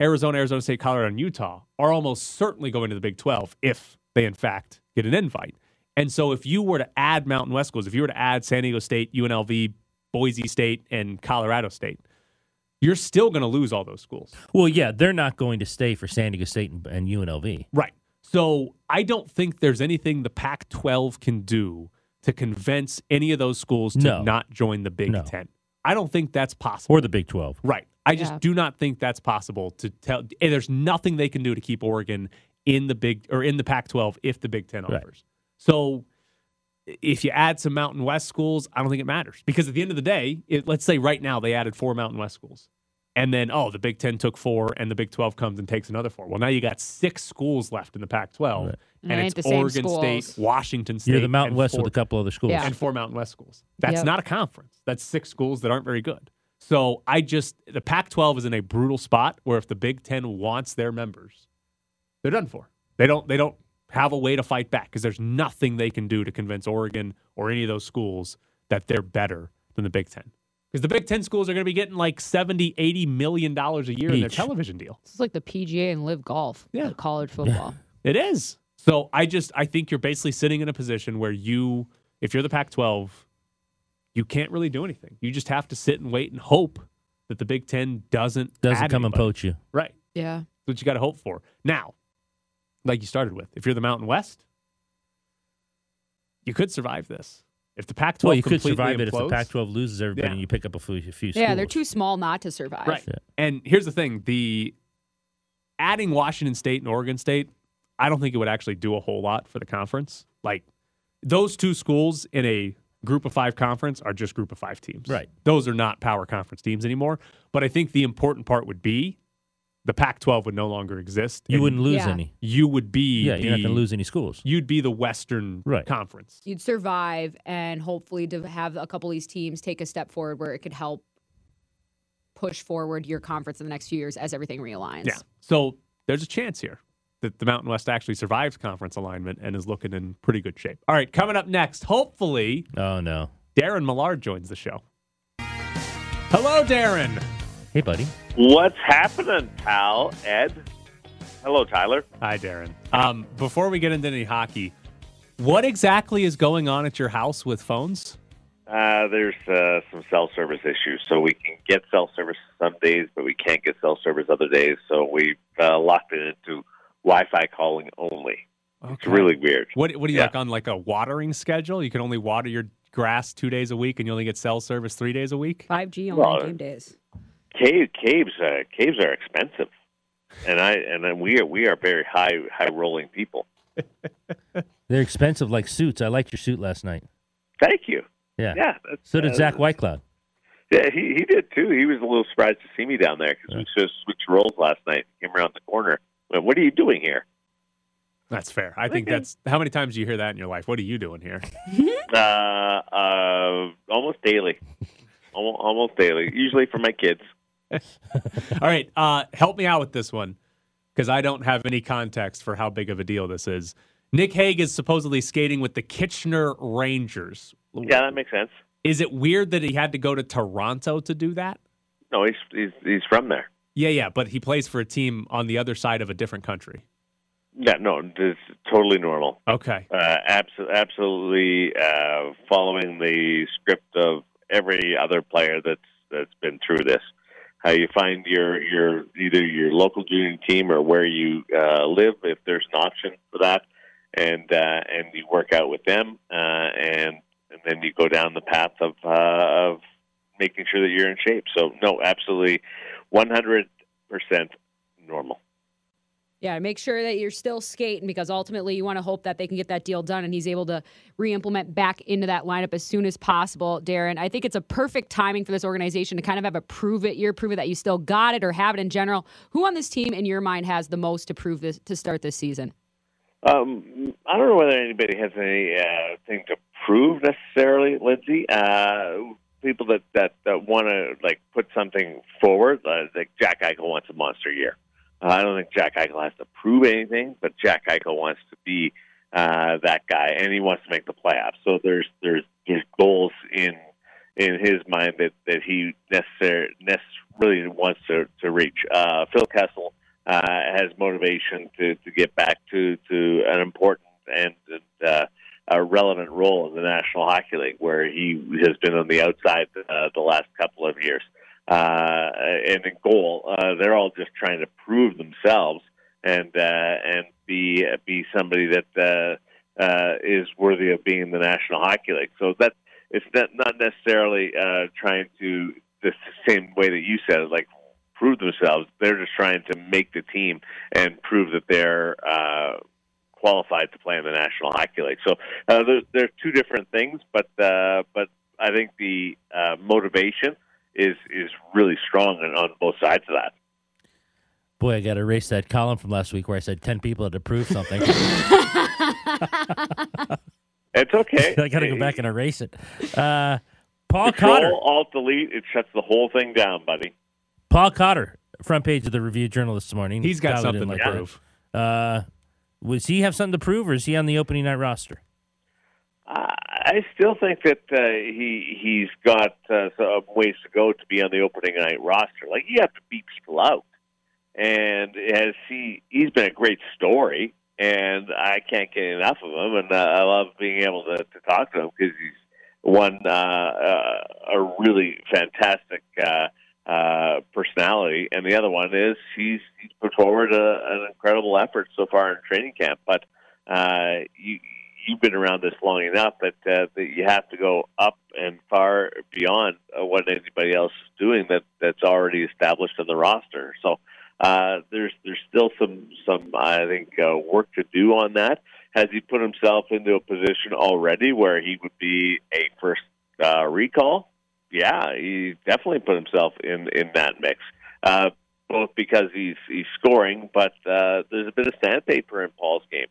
Speaker 4: Arizona, Arizona State, Colorado, and Utah are almost certainly going to the Big 12 if they, in fact, get an invite. And so if you were to add Mountain West schools, if you were to add San Diego State, UNLV, Boise State, and Colorado State, you're still going to lose all those schools.
Speaker 6: Well, yeah, they're not going to stay for San Diego State and, and UNLV.
Speaker 4: Right. So I don't think there's anything the Pac 12 can do to convince any of those schools to
Speaker 6: No.
Speaker 4: not join the Big
Speaker 6: No.
Speaker 4: 10. I don't think that's possible.
Speaker 6: Or the Big 12.
Speaker 4: Right. I just
Speaker 6: Yeah.
Speaker 4: do not think that's possible to tell. And there's nothing they can do to keep Oregon in the Big or in the Pac 12 if the Big 10 offers.
Speaker 6: Right.
Speaker 4: So if you add some Mountain West schools, I don't think it matters because at the end of the day, it, let's say right now they added four Mountain West schools. And then, oh, the Big 10 took four and the Big 12 comes and takes another four. Well, now you got six schools left in the Pac 12.
Speaker 5: And
Speaker 4: And,
Speaker 5: it ain't the
Speaker 4: it's
Speaker 5: same
Speaker 4: Oregon State,
Speaker 5: schools.
Speaker 4: Washington State.
Speaker 6: You're the Mountain
Speaker 4: and
Speaker 6: West with
Speaker 4: four-
Speaker 6: a couple other schools.
Speaker 4: and four Mountain West schools. That's
Speaker 5: Yep.
Speaker 4: not a conference. That's six schools that aren't very good. So I just the Pac-12 is in a brutal spot where if the Big Ten wants their members, they're done for. They don't they don't have a way to fight back because there's nothing they can do to convince Oregon or any of those schools that they're better than the Big Ten. Because the Big Ten schools are going to be getting like 70, 80 million dollars a year in their
Speaker 5: Each.
Speaker 4: television deal.
Speaker 5: This is like the PGA and live golf. Yeah. College football.
Speaker 4: It is. So I just I think you're basically sitting in a position where you, if you're the Pac-12, you can't really do anything. You just have to sit and wait and hope that the Big Ten doesn't
Speaker 6: Doesn't
Speaker 4: add
Speaker 6: come and
Speaker 4: anybody.
Speaker 6: poach you.
Speaker 4: Right.
Speaker 5: Yeah.
Speaker 4: That's what you got to hope for. Now, like you started with, if you're the Mountain West, you could survive this. If the Pac-12
Speaker 6: Well, you could
Speaker 4: completely
Speaker 6: survive it if the
Speaker 4: implodes-
Speaker 6: Pac-12 loses everybody
Speaker 4: Yeah.
Speaker 6: and you pick up a few, a few
Speaker 5: Yeah, they're
Speaker 6: schools.
Speaker 5: too small not to survive.
Speaker 4: Right. And here's the thing: the adding Washington State and Oregon State, I don't think it would actually do a whole lot for the conference. Like those two schools in a group of five conference are just group of five teams.
Speaker 6: Right.
Speaker 4: Those are not power conference teams anymore. But I think the important part would be the Pac-12 would no longer exist.
Speaker 6: You
Speaker 4: and
Speaker 6: wouldn't lose Yeah. any.
Speaker 4: You would be
Speaker 6: Yeah, you're not
Speaker 4: the-
Speaker 6: gonna lose any schools.
Speaker 4: You'd be the Western Conference.
Speaker 5: You'd survive and hopefully to have a couple of these teams take a step forward where it could help push forward your conference in the next few years as everything realigns.
Speaker 4: Yeah. So there's a chance here that the Mountain West actually survives conference alignment and is looking in pretty good shape. All right, coming up next, hopefully.
Speaker 6: Oh no.
Speaker 4: Darren Millard joins the show. Hello, Darren.
Speaker 6: Hey, buddy.
Speaker 13: What's happening, pal? Ed? Hello, Tyler.
Speaker 4: Hi, Darren. Um, before we get into any hockey, what exactly is going on at your house with phones?
Speaker 13: Uh, there's uh, some cell service issues, so we can get cell service some days, but we can't get cell service other days. So we uh, locked it into Wi-Fi calling only. It's really weird.
Speaker 4: What What are you
Speaker 13: Yeah.
Speaker 4: like on like a watering schedule? You can only water your grass two days a week, and you only get cell service three days a week.
Speaker 5: 5G only
Speaker 13: Well,
Speaker 5: game days.
Speaker 13: Cave, caves, uh, caves are expensive, and I and then we are we are very high high rolling people.
Speaker 6: They're expensive like suits. I liked your suit last night.
Speaker 13: Thank you.
Speaker 6: Yeah.
Speaker 13: Yeah, that's-
Speaker 6: So did
Speaker 13: uh,
Speaker 6: Zach Whitecloud.
Speaker 13: Yeah, he, he did too. He was a little surprised to see me down there because we just switched roles last night. Came around the corner. Went, what are you doing here?
Speaker 4: That's fair. I think
Speaker 13: Okay.
Speaker 4: that's how many times do you hear that in your life. What are you doing here?
Speaker 13: uh, uh, almost daily. Almost, almost daily. Usually for my kids.
Speaker 4: All right, uh, help me out with this one because I don't have any context for how big of a deal this is. Nick Hague is supposedly skating with the Kitchener Rangers.
Speaker 13: Yeah, that makes sense.
Speaker 4: Is it weird that he had to go to Toronto to do that?
Speaker 13: No, he's he's, he's from there.
Speaker 4: Yeah, yeah, but he plays for a team on the other side of a different country.
Speaker 13: Yeah, no, this is totally normal.
Speaker 4: Okay.
Speaker 13: Uh, abso- absolutely uh, following the script of every other player that's that's been through this. How you find your your either your local junior team or where you uh, live if there's an option for that, and uh, and you work out with them, uh, and and then you go down the path of uh, of making sure that you're in shape. So no, absolutely, one hundred percent normal.
Speaker 5: Yeah, make sure that you're still skating because ultimately you want to hope that they can get that deal done and he's able to re-implement back into that lineup as soon as possible, Darren. I think it's a perfect timing for this organization to kind of have a prove it year, prove it that you still got it or have it in general. Who on this team in your mind has the most to prove this to start this season?
Speaker 13: Um, I don't know whether anybody has any uh, thing to prove necessarily, Lindsay. Uh, people that that, that want to like put something forward, uh, like Jack Eichel wants a monster year. Uh, I don't think Jack Eichel has to prove anything, but Jack Eichel wants to be uh, that guy, and he wants to make the playoffs. So there's there's there's goals in in his mind that that he necessarily necessarily wants to to reach. Uh, Phil Kessel uh, has motivation to to get back to to an important and uh, a relevant role in the National Hockey League, where he has been on the outside uh, the last couple of years uh, and in goal. Uh, they're all just trying to prove themselves and uh, and be be somebody that uh, uh, is worthy of being in the National Hockey League. So that it's not not necessarily uh, trying to the same way that you said it, like prove themselves. They're just trying to make the team and prove that they're. Uh, Qualified to play in the National Hockey League, so uh, there, there are two different things, but uh, but I think the uh, motivation is is really strong and on both sides of that.
Speaker 6: Boy, I got to erase that column from last week where I said 10 people had approved something.
Speaker 13: it's okay.
Speaker 6: I got to go back and erase it. Uh, Paul
Speaker 13: Control,
Speaker 6: Cotter.
Speaker 13: Alt Delete, it shuts the whole thing down, buddy.
Speaker 6: Paul Cotter, front page of the Review Journal this morning.
Speaker 4: He's got
Speaker 6: Dialed in
Speaker 4: something to
Speaker 6: that.
Speaker 4: prove.
Speaker 6: Uh, was he have something to prove, or is he on the opening night roster?
Speaker 13: I I still think that uh, he he's got uh, some ways to go to be on the opening night roster. Like you have to beat people out, and as he he's been a great story, and I can't get enough of him, and uh, I love being able to, to talk to him because he's one uh, uh, a really fantastic uh, uh, personality, and the other one is he's, he's put forward a, an incredible effort so far in training camp. But uh, you you've been around this long enough that uh, that you have to go up and far beyond uh, what anybody else is doing that that's already established in the roster. So uh, there's there's still some some I think uh, work to do on that. Has he put himself into a position already where he would be a first uh, recall? Yeah, he definitely put himself in in that mix. Uh, both because he's he's scoring, but uh, there's a bit of sandpaper in Paul's game.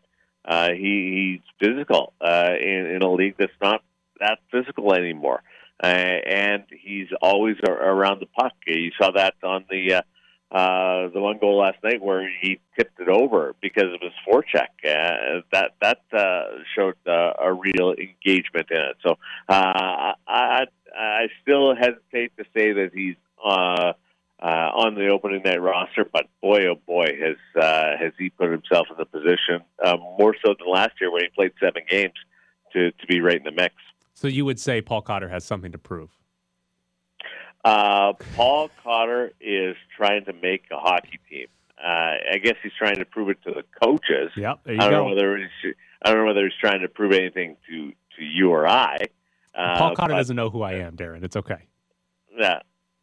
Speaker 13: Uh, he, he's physical uh, in, in a league that's not that physical anymore, uh, and he's always a- around the puck. You saw that on the uh, uh, the one goal last night where he tipped it over because of his forecheck. Uh, that that uh, showed uh, a real engagement in it. So uh, I I still hesitate to say that he's. Uh, uh, on the opening night roster, but boy, oh boy, has uh, has he put himself in the position uh, more so than last year when he played seven games to to be right in the mix.
Speaker 4: So you would say Paul Cotter has something to prove.
Speaker 13: Uh, Paul Cotter is trying to make a hockey team. Uh, I guess he's trying to prove it to the coaches.
Speaker 4: Yep, there you
Speaker 13: I don't
Speaker 4: go.
Speaker 13: know whether he's, I don't know whether he's trying to prove anything to to you or I. Uh,
Speaker 4: Paul Cotter
Speaker 13: but-
Speaker 4: doesn't know who I am, Darren. It's okay.
Speaker 13: Yeah,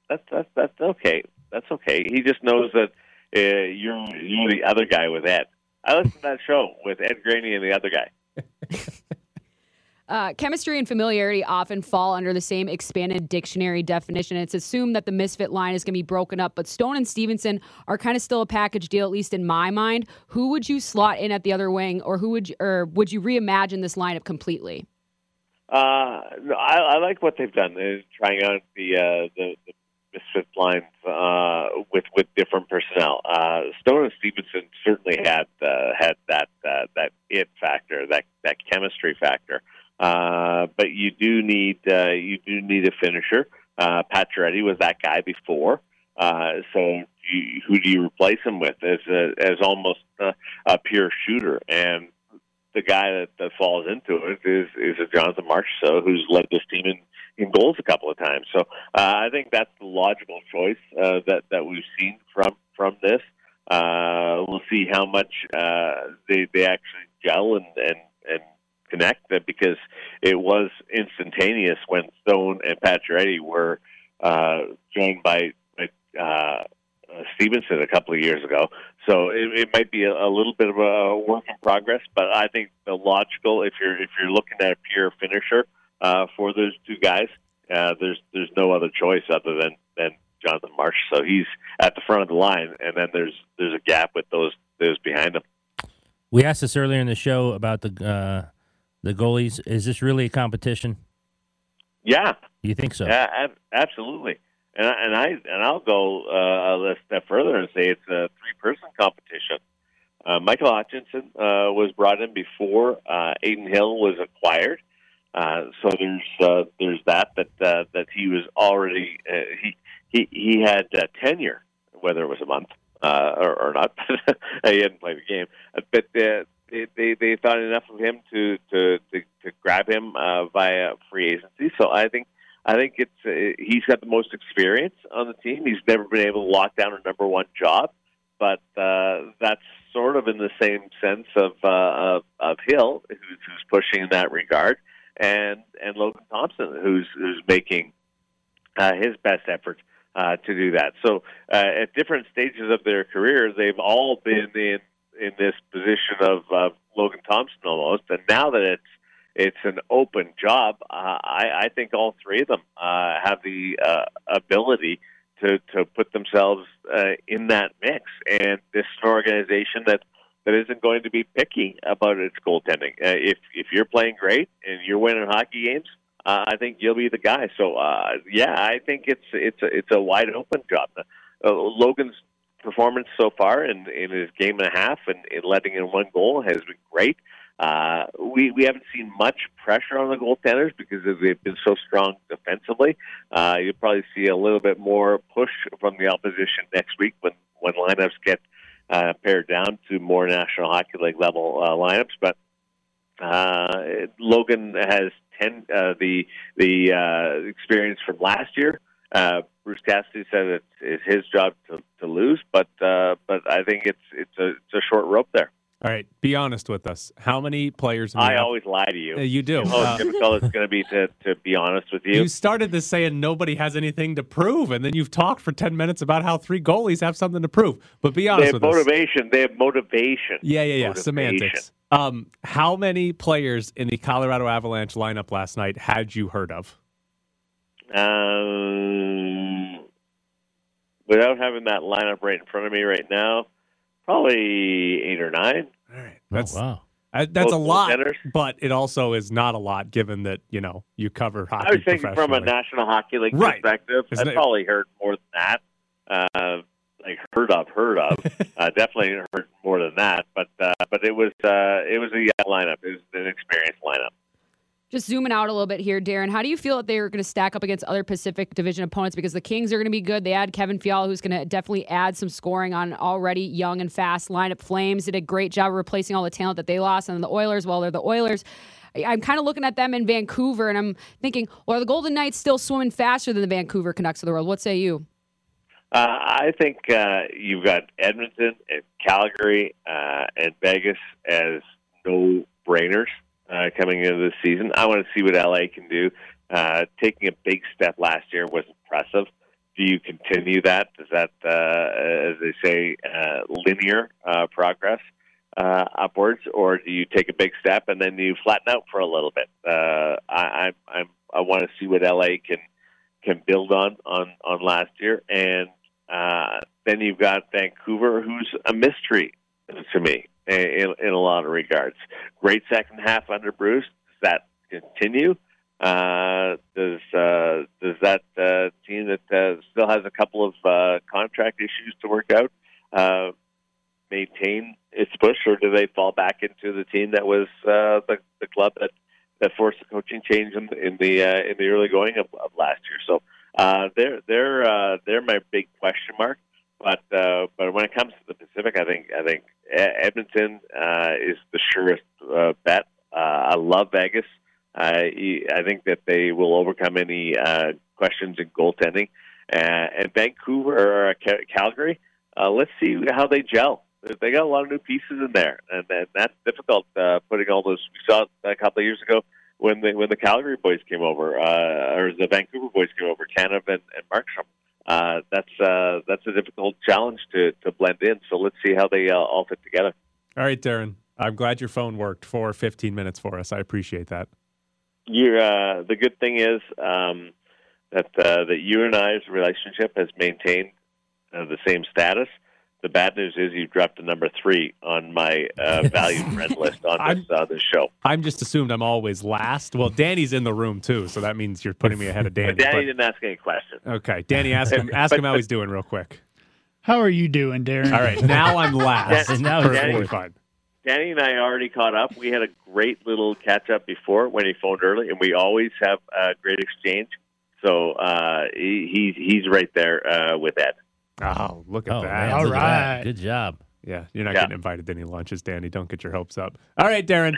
Speaker 13: that's that's that's okay. That's okay. He just knows that uh, you're you're the other guy with Ed. I listened to that show with Ed Graney and the other guy.
Speaker 5: Uh, chemistry and familiarity often fall under the same expanded dictionary definition. It's assumed that the misfit line is going to be broken up, but Stone and Stevenson are kind of still a package deal, at least in my mind. Who would you slot in at the other wing, or who would you, or would you reimagine this lineup completely?
Speaker 13: Uh, no, I, I like what they've done. Is trying out the uh, the, the misfit lines uh, with with different personnel. Uh, Stone and Stevenson certainly had uh, had that uh, that it factor, that that chemistry factor. Uh, but you do need uh, you do need a finisher. Uh, Pacioretty was that guy before. Uh, so you, who do you replace him with as a, as almost uh, a pure shooter? And the guy that, that falls into it is is a Jonathan Marchessault who's led this team in, in goals a couple of times. So uh, I think that's the logical choice uh, that that we've seen from from this. Uh, we'll see how much uh, they they actually gel and and and connect uh, because it was instantaneous when Stone and Pacioretty were uh, joined by, by uh, Stevenson a couple of years ago. So it, it might be a, a little bit of a work in progress, but I think the logical, if you're if you're looking at a pure finisher uh, for those two guys, uh, there's there's no other choice other than than Jonathan Marsh. So he's at the front of the line, and then there's there's a gap with those those behind him.
Speaker 6: We asked this earlier in the show about the uh, the goalies. Is this really a competition?
Speaker 13: Yeah,
Speaker 6: You think so?
Speaker 13: Yeah, ab- absolutely. And I, and I and I'll go uh, a step further and say it's a three-person competition. Uh, Michael Hutchinson uh, was brought in before uh, Aiden Hill was acquired, uh, so there's uh, there's that that uh, that he was already uh, he he he had uh, tenure, whether it was a month uh, or, or not. he hadn't played a game, Uh, but uh, they, they they thought enough of him to to to, to grab him uh, via free agency. So I think I think it's uh, he's got the most experience on the team. He's never been able to lock down a number one job, but uh, that's sort of in the same sense of uh, of, of Hill, who's, who's pushing in that regard, and and Logan Thompson, who's who's making uh, his best effort uh, to do that. So uh, at different stages of their career, they've all been in in this position of uh, Logan Thompson almost, and now that it's it's an open job. Uh, I, I think all three of them uh, have the uh, ability to, to put themselves uh, in that mix. And this is an organization that, that isn't going to be picky about its goaltending. Uh, if, if you're playing great and you're winning hockey games, uh, I think you'll be the guy. So uh, yeah, I think it's it's a, it's a wide open job. Uh, Logan's performance so far in, in his game and a half and, and letting in one goal has been great. Uh, we, we haven't seen much pressure on the goaltenders because they've been so strong defensively. Uh, you'll probably see a little bit more push from the opposition next week when, when lineups get uh, pared down to more National Hockey League level uh, lineups. But uh, Logan has ten uh, the the uh, experience from last year. Uh, Bruce Cassidy said it's, it's his job to, to lose, but uh, but I think it's it's a it's a short rope there.
Speaker 4: All right, be honest with us. How many players? in the
Speaker 13: I
Speaker 4: N-
Speaker 13: always lie to you.
Speaker 4: Uh, you do.
Speaker 13: Oh,
Speaker 4: Uh,
Speaker 13: typical. It's going to be to to be honest with you.
Speaker 4: You started this saying nobody has anything to prove, and then you've talked for ten minutes about how three goalies have something to prove. But be
Speaker 13: they
Speaker 4: honest
Speaker 13: have
Speaker 4: with us.
Speaker 13: motivation. They have motivation.
Speaker 4: Yeah, yeah, yeah.
Speaker 13: Motivation.
Speaker 4: Semantics. Um, how many players in the Colorado Avalanche lineup last night had you heard of?
Speaker 13: Um, without having that lineup right in front of me right now, probably eight or nine.
Speaker 4: That's
Speaker 6: Oh,
Speaker 4: uh,
Speaker 6: wow.
Speaker 4: that's a
Speaker 13: Both
Speaker 4: lot,
Speaker 13: goaltenders?
Speaker 4: but it also is not a lot given that you know you cover hockey.
Speaker 13: I was thinking from a
Speaker 4: professionally.
Speaker 13: National Hockey League
Speaker 4: Right.
Speaker 13: perspective.
Speaker 4: Isn't
Speaker 13: I
Speaker 4: it-
Speaker 13: probably heard more than that. Uh, like heard of, heard of. uh, definitely heard more than that. But uh, but it was uh, it was a young lineup. It was an experienced lineup.
Speaker 5: Just zooming out a little bit here, Darren. How do you feel that they're going to stack up against other Pacific Division opponents? Because the Kings are going to be good. They add Kevin Fiala, who's going to definitely add some scoring on an already young and fast lineup. Flames did a great job replacing all the talent that they lost, and then the Oilers. Well, they're the Oilers. I- I'm kind of looking at them in Vancouver, and I'm thinking, well, are the Golden Knights still swimming faster than the Vancouver Canucks of the world? What say you?
Speaker 13: Uh, I think uh, you've got Edmonton and Calgary uh, and Vegas as no brainers uh, coming into the season. I want to see what LA can do. Uh, taking a big step last year was impressive. Do you continue that? Is that, uh, as they say, uh, linear uh, progress uh, upwards, or do you take a big step and then you flatten out for a little bit? Uh, I, I, I'm, I want to see what LA can can build on on on last year, and uh, then you've got Vancouver, who's a mystery to me in, in a lot of regards. Great second half under Bruce. Does that continue? Uh, does uh, does that uh, team that uh, still has a couple of uh, contract issues to work out uh, maintain its push, or do they fall back into the team that was uh, the, the club that that forced the coaching change in, in the uh, in the early going of, of last year. So uh, they're they're uh, they're my big question mark. But uh, but when it comes to the Pacific, I think I think E- Edmonton uh, is the surest uh, bet. Uh, I love Vegas. I I think that they will overcome any uh, questions in goaltending. Uh, and Vancouver or Ca- Calgary, uh, let's see how they gel. They got a lot of new pieces in there, and, and that's difficult uh, putting all those. We saw it a couple of years ago when the when the Calgary boys came over, uh, or the Vancouver boys came over, Tanev and, and Markstrom. uh, that's uh, that's a difficult challenge to, to blend in. So let's see how they uh, all fit together.
Speaker 4: All right, Darren. I'm glad your phone worked for 15 minutes for us. I appreciate that.
Speaker 13: You're, uh, the good thing is um, that uh, that you and I's relationship has maintained uh, the same status. The bad news is you've dropped to number three on my uh, valued friend list on this, uh, this show.
Speaker 4: I'm just assumed I'm always last. Well, Danny's in the room too, so that means you're putting me ahead of Danny.
Speaker 13: But Danny
Speaker 4: but-
Speaker 13: didn't ask any questions.
Speaker 4: okay, Danny, ask him ask him how he's doing real quick.
Speaker 7: How are you doing, Darren?
Speaker 4: All right, now I'm last.
Speaker 13: Yeah, now he's
Speaker 4: Perfectly
Speaker 13: fourth.
Speaker 4: fine.
Speaker 13: Danny and I already caught up. We had a great little catch up before when he phoned early, and we always have a great exchange. So uh, he, he's he's right there uh, with Ed.
Speaker 4: Oh, look at
Speaker 13: Oh,
Speaker 4: that!
Speaker 13: man, look at that. Alright.
Speaker 4: good job. Yeah, you're not
Speaker 13: Yeah.
Speaker 4: getting invited to any lunches, Danny. Don't get your hopes up. All right, Darren.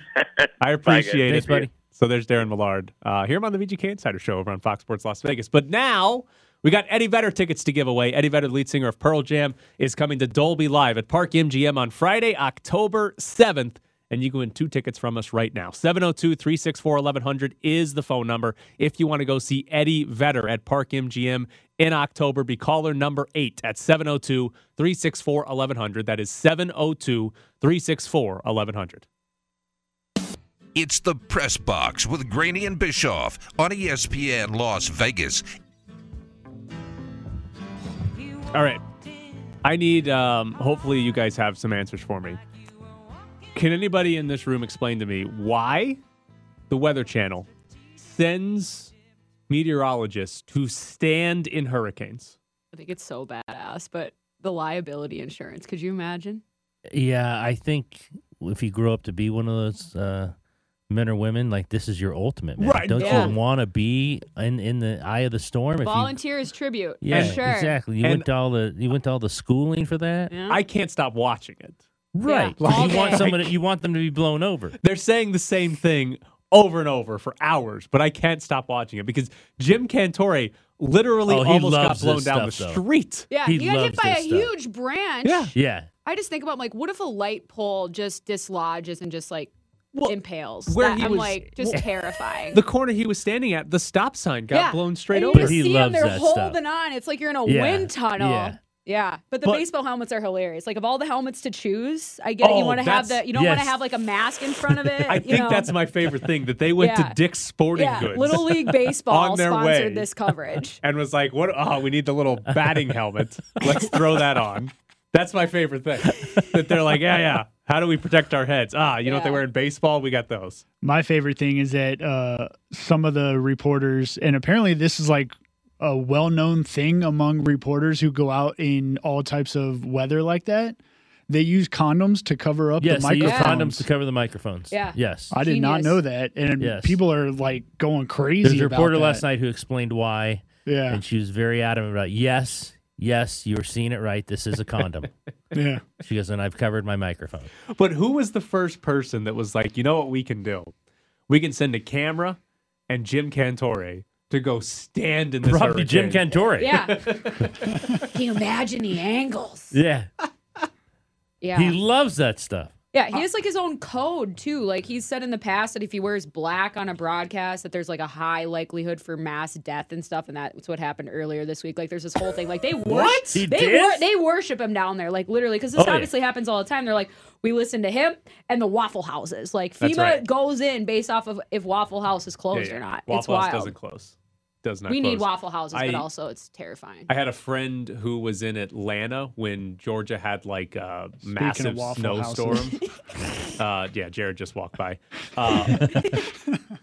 Speaker 4: I appreciate it.
Speaker 6: Thanks, buddy.
Speaker 4: So there's Darren Millard. Uh, hear him on the VGK Insider Show over on Fox Sports Las Vegas. But now we got Eddie Vedder tickets to give away. Eddie Vedder, the lead singer of Pearl Jam, is coming to Dolby Live at Park MGM on Friday, October 7th. And you can win two tickets from us right now. 702 364 1100 is the phone number. If you want to go see Eddie Vedder at Park MGM in October, be caller number eight at 702 364 1100. That is 702 364 1100.
Speaker 1: It's the Press Box with Graney and Bischoff on E ESPN Las Vegas.
Speaker 4: All right. I need, um, hopefully, you guys have some answers for me. Can anybody in this room explain to me why the Weather Channel sends meteorologists to stand in hurricanes?
Speaker 5: I think it's so badass, but the liability insurance, could you imagine?
Speaker 6: Yeah, I think if you grow up to be one of those uh, men or women, like this is your ultimate. Man.
Speaker 5: Right.
Speaker 6: Don't
Speaker 5: Yeah.
Speaker 6: you want to be in, in the eye of the storm? If you,
Speaker 5: Volunteers tribute.
Speaker 6: yeah,
Speaker 5: for sure.
Speaker 6: exactly. You
Speaker 4: And-
Speaker 6: went to all the you went to all the schooling for that,
Speaker 4: I can't stop watching it.
Speaker 6: right?
Speaker 4: Yeah. All
Speaker 6: you want
Speaker 4: day.
Speaker 6: someone, you want them to be blown over.
Speaker 4: They're saying the same thing over and over for hours, but I can't stop watching it because Jim Cantore literally
Speaker 6: Oh, he
Speaker 4: almost got
Speaker 6: loves
Speaker 4: blown
Speaker 6: this
Speaker 4: down
Speaker 6: stuff,
Speaker 4: the
Speaker 6: though.
Speaker 4: street.
Speaker 5: Yeah,
Speaker 6: He
Speaker 5: you got hit
Speaker 6: loves
Speaker 5: by a
Speaker 6: this stuff.
Speaker 5: huge branch.
Speaker 6: Yeah.
Speaker 5: I just think about like, what if a light pole just dislodges and just like impales?
Speaker 4: where
Speaker 5: That-
Speaker 4: he
Speaker 5: I'm
Speaker 4: was-
Speaker 5: like just
Speaker 4: well,
Speaker 5: terrifying.
Speaker 4: The corner he was standing at, the stop sign got
Speaker 5: Yeah.
Speaker 4: blown straight
Speaker 5: and
Speaker 4: over.
Speaker 5: You just see them, they're holding on. It's like you're in a
Speaker 4: Yeah.
Speaker 5: wind tunnel.
Speaker 4: Yeah.
Speaker 5: Yeah. but the
Speaker 4: But-
Speaker 5: baseball helmets are hilarious. Like of all the helmets to choose, I get it.
Speaker 4: Oh,
Speaker 5: You want to have
Speaker 4: that's-
Speaker 5: the, you don't want
Speaker 4: yes.
Speaker 5: to have like a mask in front of it.
Speaker 4: I
Speaker 5: you
Speaker 4: think
Speaker 5: know?
Speaker 4: that's my favorite thing that they went
Speaker 5: Yeah.
Speaker 4: to Dick's Sporting
Speaker 5: yeah.
Speaker 4: Goods.
Speaker 5: Little League Baseball
Speaker 4: on their
Speaker 5: sponsored
Speaker 4: way
Speaker 5: this coverage.
Speaker 4: and was like, "What? Oh, we need the little batting helmet. Let's throw that on." That's my favorite thing. That they're like, "Yeah, yeah. How do we protect our heads? Ah, you know what they
Speaker 7: Yeah.
Speaker 4: wear in baseball? We got those."
Speaker 7: My favorite thing is that uh, some of the reporters, and apparently this is like a well known thing among reporters who go out in all types of weather like that. They use condoms to cover up
Speaker 6: Yes,
Speaker 7: the
Speaker 6: they use
Speaker 7: microphones.
Speaker 6: condoms to cover the microphones.
Speaker 7: Yeah.
Speaker 6: Yes.
Speaker 7: I did not know that, and
Speaker 6: Yes.
Speaker 7: people are like going crazy.
Speaker 6: There's a
Speaker 7: about
Speaker 6: reporter
Speaker 7: that.
Speaker 6: last night who explained why.
Speaker 7: Yeah.
Speaker 6: And she was very adamant about yes, yes, you were seeing it right. This is a condom.
Speaker 7: Yeah.
Speaker 6: She goes, and I've covered my microphone.
Speaker 4: But who was the first person that was like, "You know what we can do? We can send a camera and Jim Cantore to go stand in this
Speaker 6: Probably Jim
Speaker 4: hurricane."
Speaker 6: Cantore.
Speaker 5: Yeah. Can you imagine the angles?
Speaker 6: Yeah.
Speaker 5: Yeah.
Speaker 6: He loves that stuff.
Speaker 5: Yeah,
Speaker 4: Uh,
Speaker 5: he has like his own code too. Like he's said in the past that if he wears black on a broadcast, that there's like a high likelihood for mass death and stuff, and that's what happened earlier this week. Like there's this whole thing. Like they worship,
Speaker 14: What?
Speaker 5: They,
Speaker 14: He did?
Speaker 5: wor- they worship him down there, like literally, because this
Speaker 14: Oh, yeah.
Speaker 5: obviously happens all the time. They're like, we listen to him and the Waffle Houses. Like
Speaker 4: That's
Speaker 5: FEMA
Speaker 4: right.
Speaker 5: goes in based off of if Waffle House is
Speaker 4: Yeah,
Speaker 5: closed
Speaker 4: yeah.
Speaker 5: or not.
Speaker 4: Waffle
Speaker 5: it's
Speaker 4: House
Speaker 5: wild.
Speaker 4: doesn't close. Does not.
Speaker 5: we need
Speaker 4: close.
Speaker 5: Waffle Houses, but
Speaker 4: I-
Speaker 5: also it's terrifying.
Speaker 4: I had a friend who was in Atlanta when Georgia had like a
Speaker 5: Speaking of
Speaker 4: massive
Speaker 5: Waffle
Speaker 4: snowstorm.
Speaker 5: Houses.
Speaker 4: uh, yeah, Jared just walked by. Uh,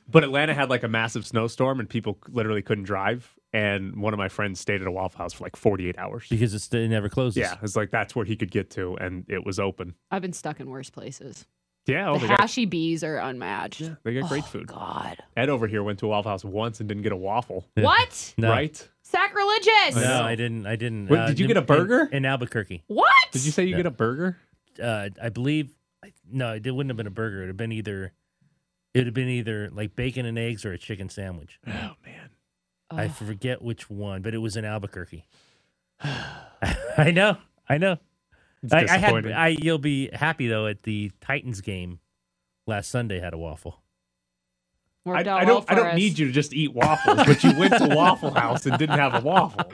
Speaker 4: but Atlanta had like a massive snowstorm and people literally couldn't drive. And one of my friends stayed at a Waffle House for like 48 hours.
Speaker 6: Because it's, it never closes.
Speaker 4: Yeah, it's like that's where he could get to and it was open.
Speaker 5: I've been stuck in worse places.
Speaker 4: Yeah, oh,
Speaker 5: the Oh,
Speaker 4: they got-
Speaker 5: hashy bees are unmatched.
Speaker 4: They got great food. God. Ed over here went to a Waffle House once and didn't get a waffle.
Speaker 5: What?
Speaker 6: No.
Speaker 4: Right?
Speaker 5: Sacrilegious.
Speaker 6: No, I didn't. I didn't. uh,
Speaker 4: Wait, did you get a
Speaker 6: in-
Speaker 4: burger?
Speaker 6: in, Albuquerque?
Speaker 5: What?
Speaker 4: Did you say you get a burger?
Speaker 6: Uh, I believe. I- No, it wouldn't have been a burger. It'd have been either. It'd have been either like bacon and eggs or a chicken sandwich. Oh man, I
Speaker 4: Oh.
Speaker 6: forget which one, but it was in Albuquerque. I know. I know.
Speaker 4: It's
Speaker 6: I, I had.
Speaker 4: disappointing.
Speaker 6: I you'll be happy though at the Titans game last Sunday had a waffle.
Speaker 4: I, I don't. I don't need you to just eat waffles, but you went to Waffle House and didn't have a waffle.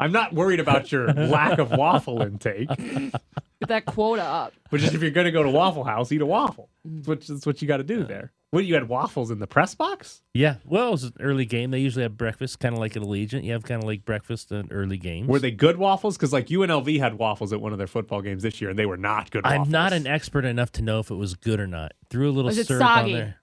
Speaker 4: I'm not worried about your lack of waffle intake,
Speaker 5: Get that quota up.
Speaker 4: but just if you're going to go to Waffle House, eat a waffle. That's what, that's what you got to do there. What you had waffles in the press box?
Speaker 6: Yeah. Well, it was an early game. They usually have breakfast, kind of like at Allegiant. You have kind of like breakfast and early games.
Speaker 4: Were they good waffles? Because like UNLV had waffles at one of their football games this year, and they were not good. waffles.
Speaker 6: I'm not an expert enough to know if it was good or not. Threw a little
Speaker 5: Was it
Speaker 6: syrup
Speaker 5: soggy?
Speaker 6: on there.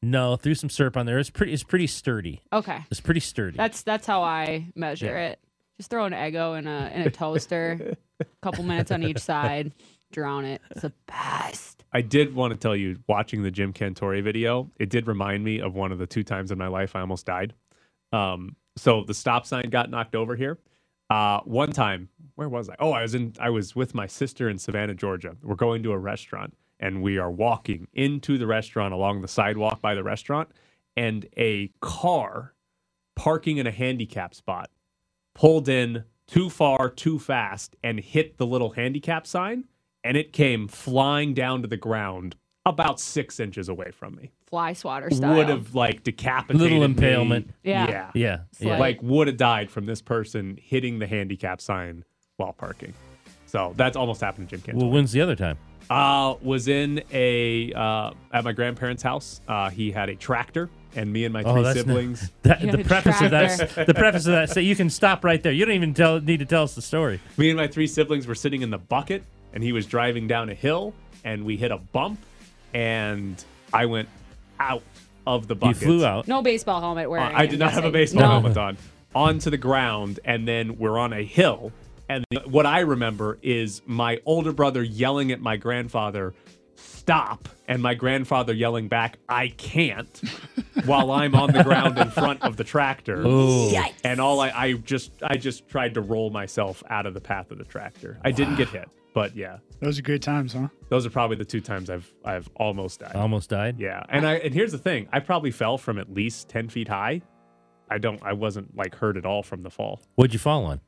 Speaker 6: No, threw some syrup on there. It's pretty. It's pretty sturdy.
Speaker 5: Okay.
Speaker 6: It's pretty sturdy.
Speaker 5: That's that's how I measure
Speaker 6: Yeah.
Speaker 5: it. Just throw an Eggo in a in a toaster, a couple minutes on each side, drown it. It's the best.
Speaker 4: I did want to tell you, watching the Jim Cantori video, it did remind me of one of the two times in my life I almost died. Um, so the stop sign got knocked over here. Uh, one time, where was I? Oh, I was in. I was with my sister in Savannah, Georgia. We're going to a restaurant, and we are walking into the restaurant along the sidewalk by the restaurant, and a car parking in a handicap spot pulled in too far, too fast, and hit the little handicap sign, and it came flying down to the ground about six inches away from me.
Speaker 5: Fly swatter style.
Speaker 4: Would have like decapitated
Speaker 6: Little
Speaker 4: me.
Speaker 6: impalement.
Speaker 5: Yeah.
Speaker 4: yeah,
Speaker 6: Yeah, yeah.
Speaker 4: Like would have died from this person hitting the handicap sign while parking. So that's almost happened to Jim Cantor.
Speaker 6: Well, when's the other time?
Speaker 4: Uh, was in a uh, at my grandparents' house. Uh, he had a tractor, and me and my
Speaker 6: Oh,
Speaker 4: three
Speaker 6: that's not-
Speaker 4: siblings.
Speaker 6: That,
Speaker 4: You
Speaker 6: the
Speaker 4: had a
Speaker 6: preface of
Speaker 4: tractor.
Speaker 6: that. The preface of that. So you can stop right there. You don't even tell need to tell us the story.
Speaker 4: Me and my three siblings were sitting in the bucket, and he was driving down a hill, and we hit a bump, and I went out of the bucket. Uh,
Speaker 6: flew out.
Speaker 5: No baseball helmet wearing.
Speaker 4: I did
Speaker 5: I'm
Speaker 4: not have a
Speaker 5: guessing.
Speaker 4: baseball
Speaker 5: No.
Speaker 4: helmet on. Onto the ground, and then we're on a hill. And the- what I remember is my older brother yelling at my grandfather, "Stop!" and my grandfather yelling back, "I can't," while I'm on the ground in front of the tractor.
Speaker 6: Ooh. Yikes.
Speaker 4: And all I, I just, I just tried to roll myself out of the path of the tractor. I didn't get hit, but yeah,
Speaker 7: Those are good times, huh?
Speaker 4: those are probably the two times I've, I've almost died.
Speaker 6: Almost died.
Speaker 4: Yeah, and I and here's the thing: I probably fell from at least ten feet high. I don't. I wasn't like hurt at all from the fall.
Speaker 6: What'd you fall on?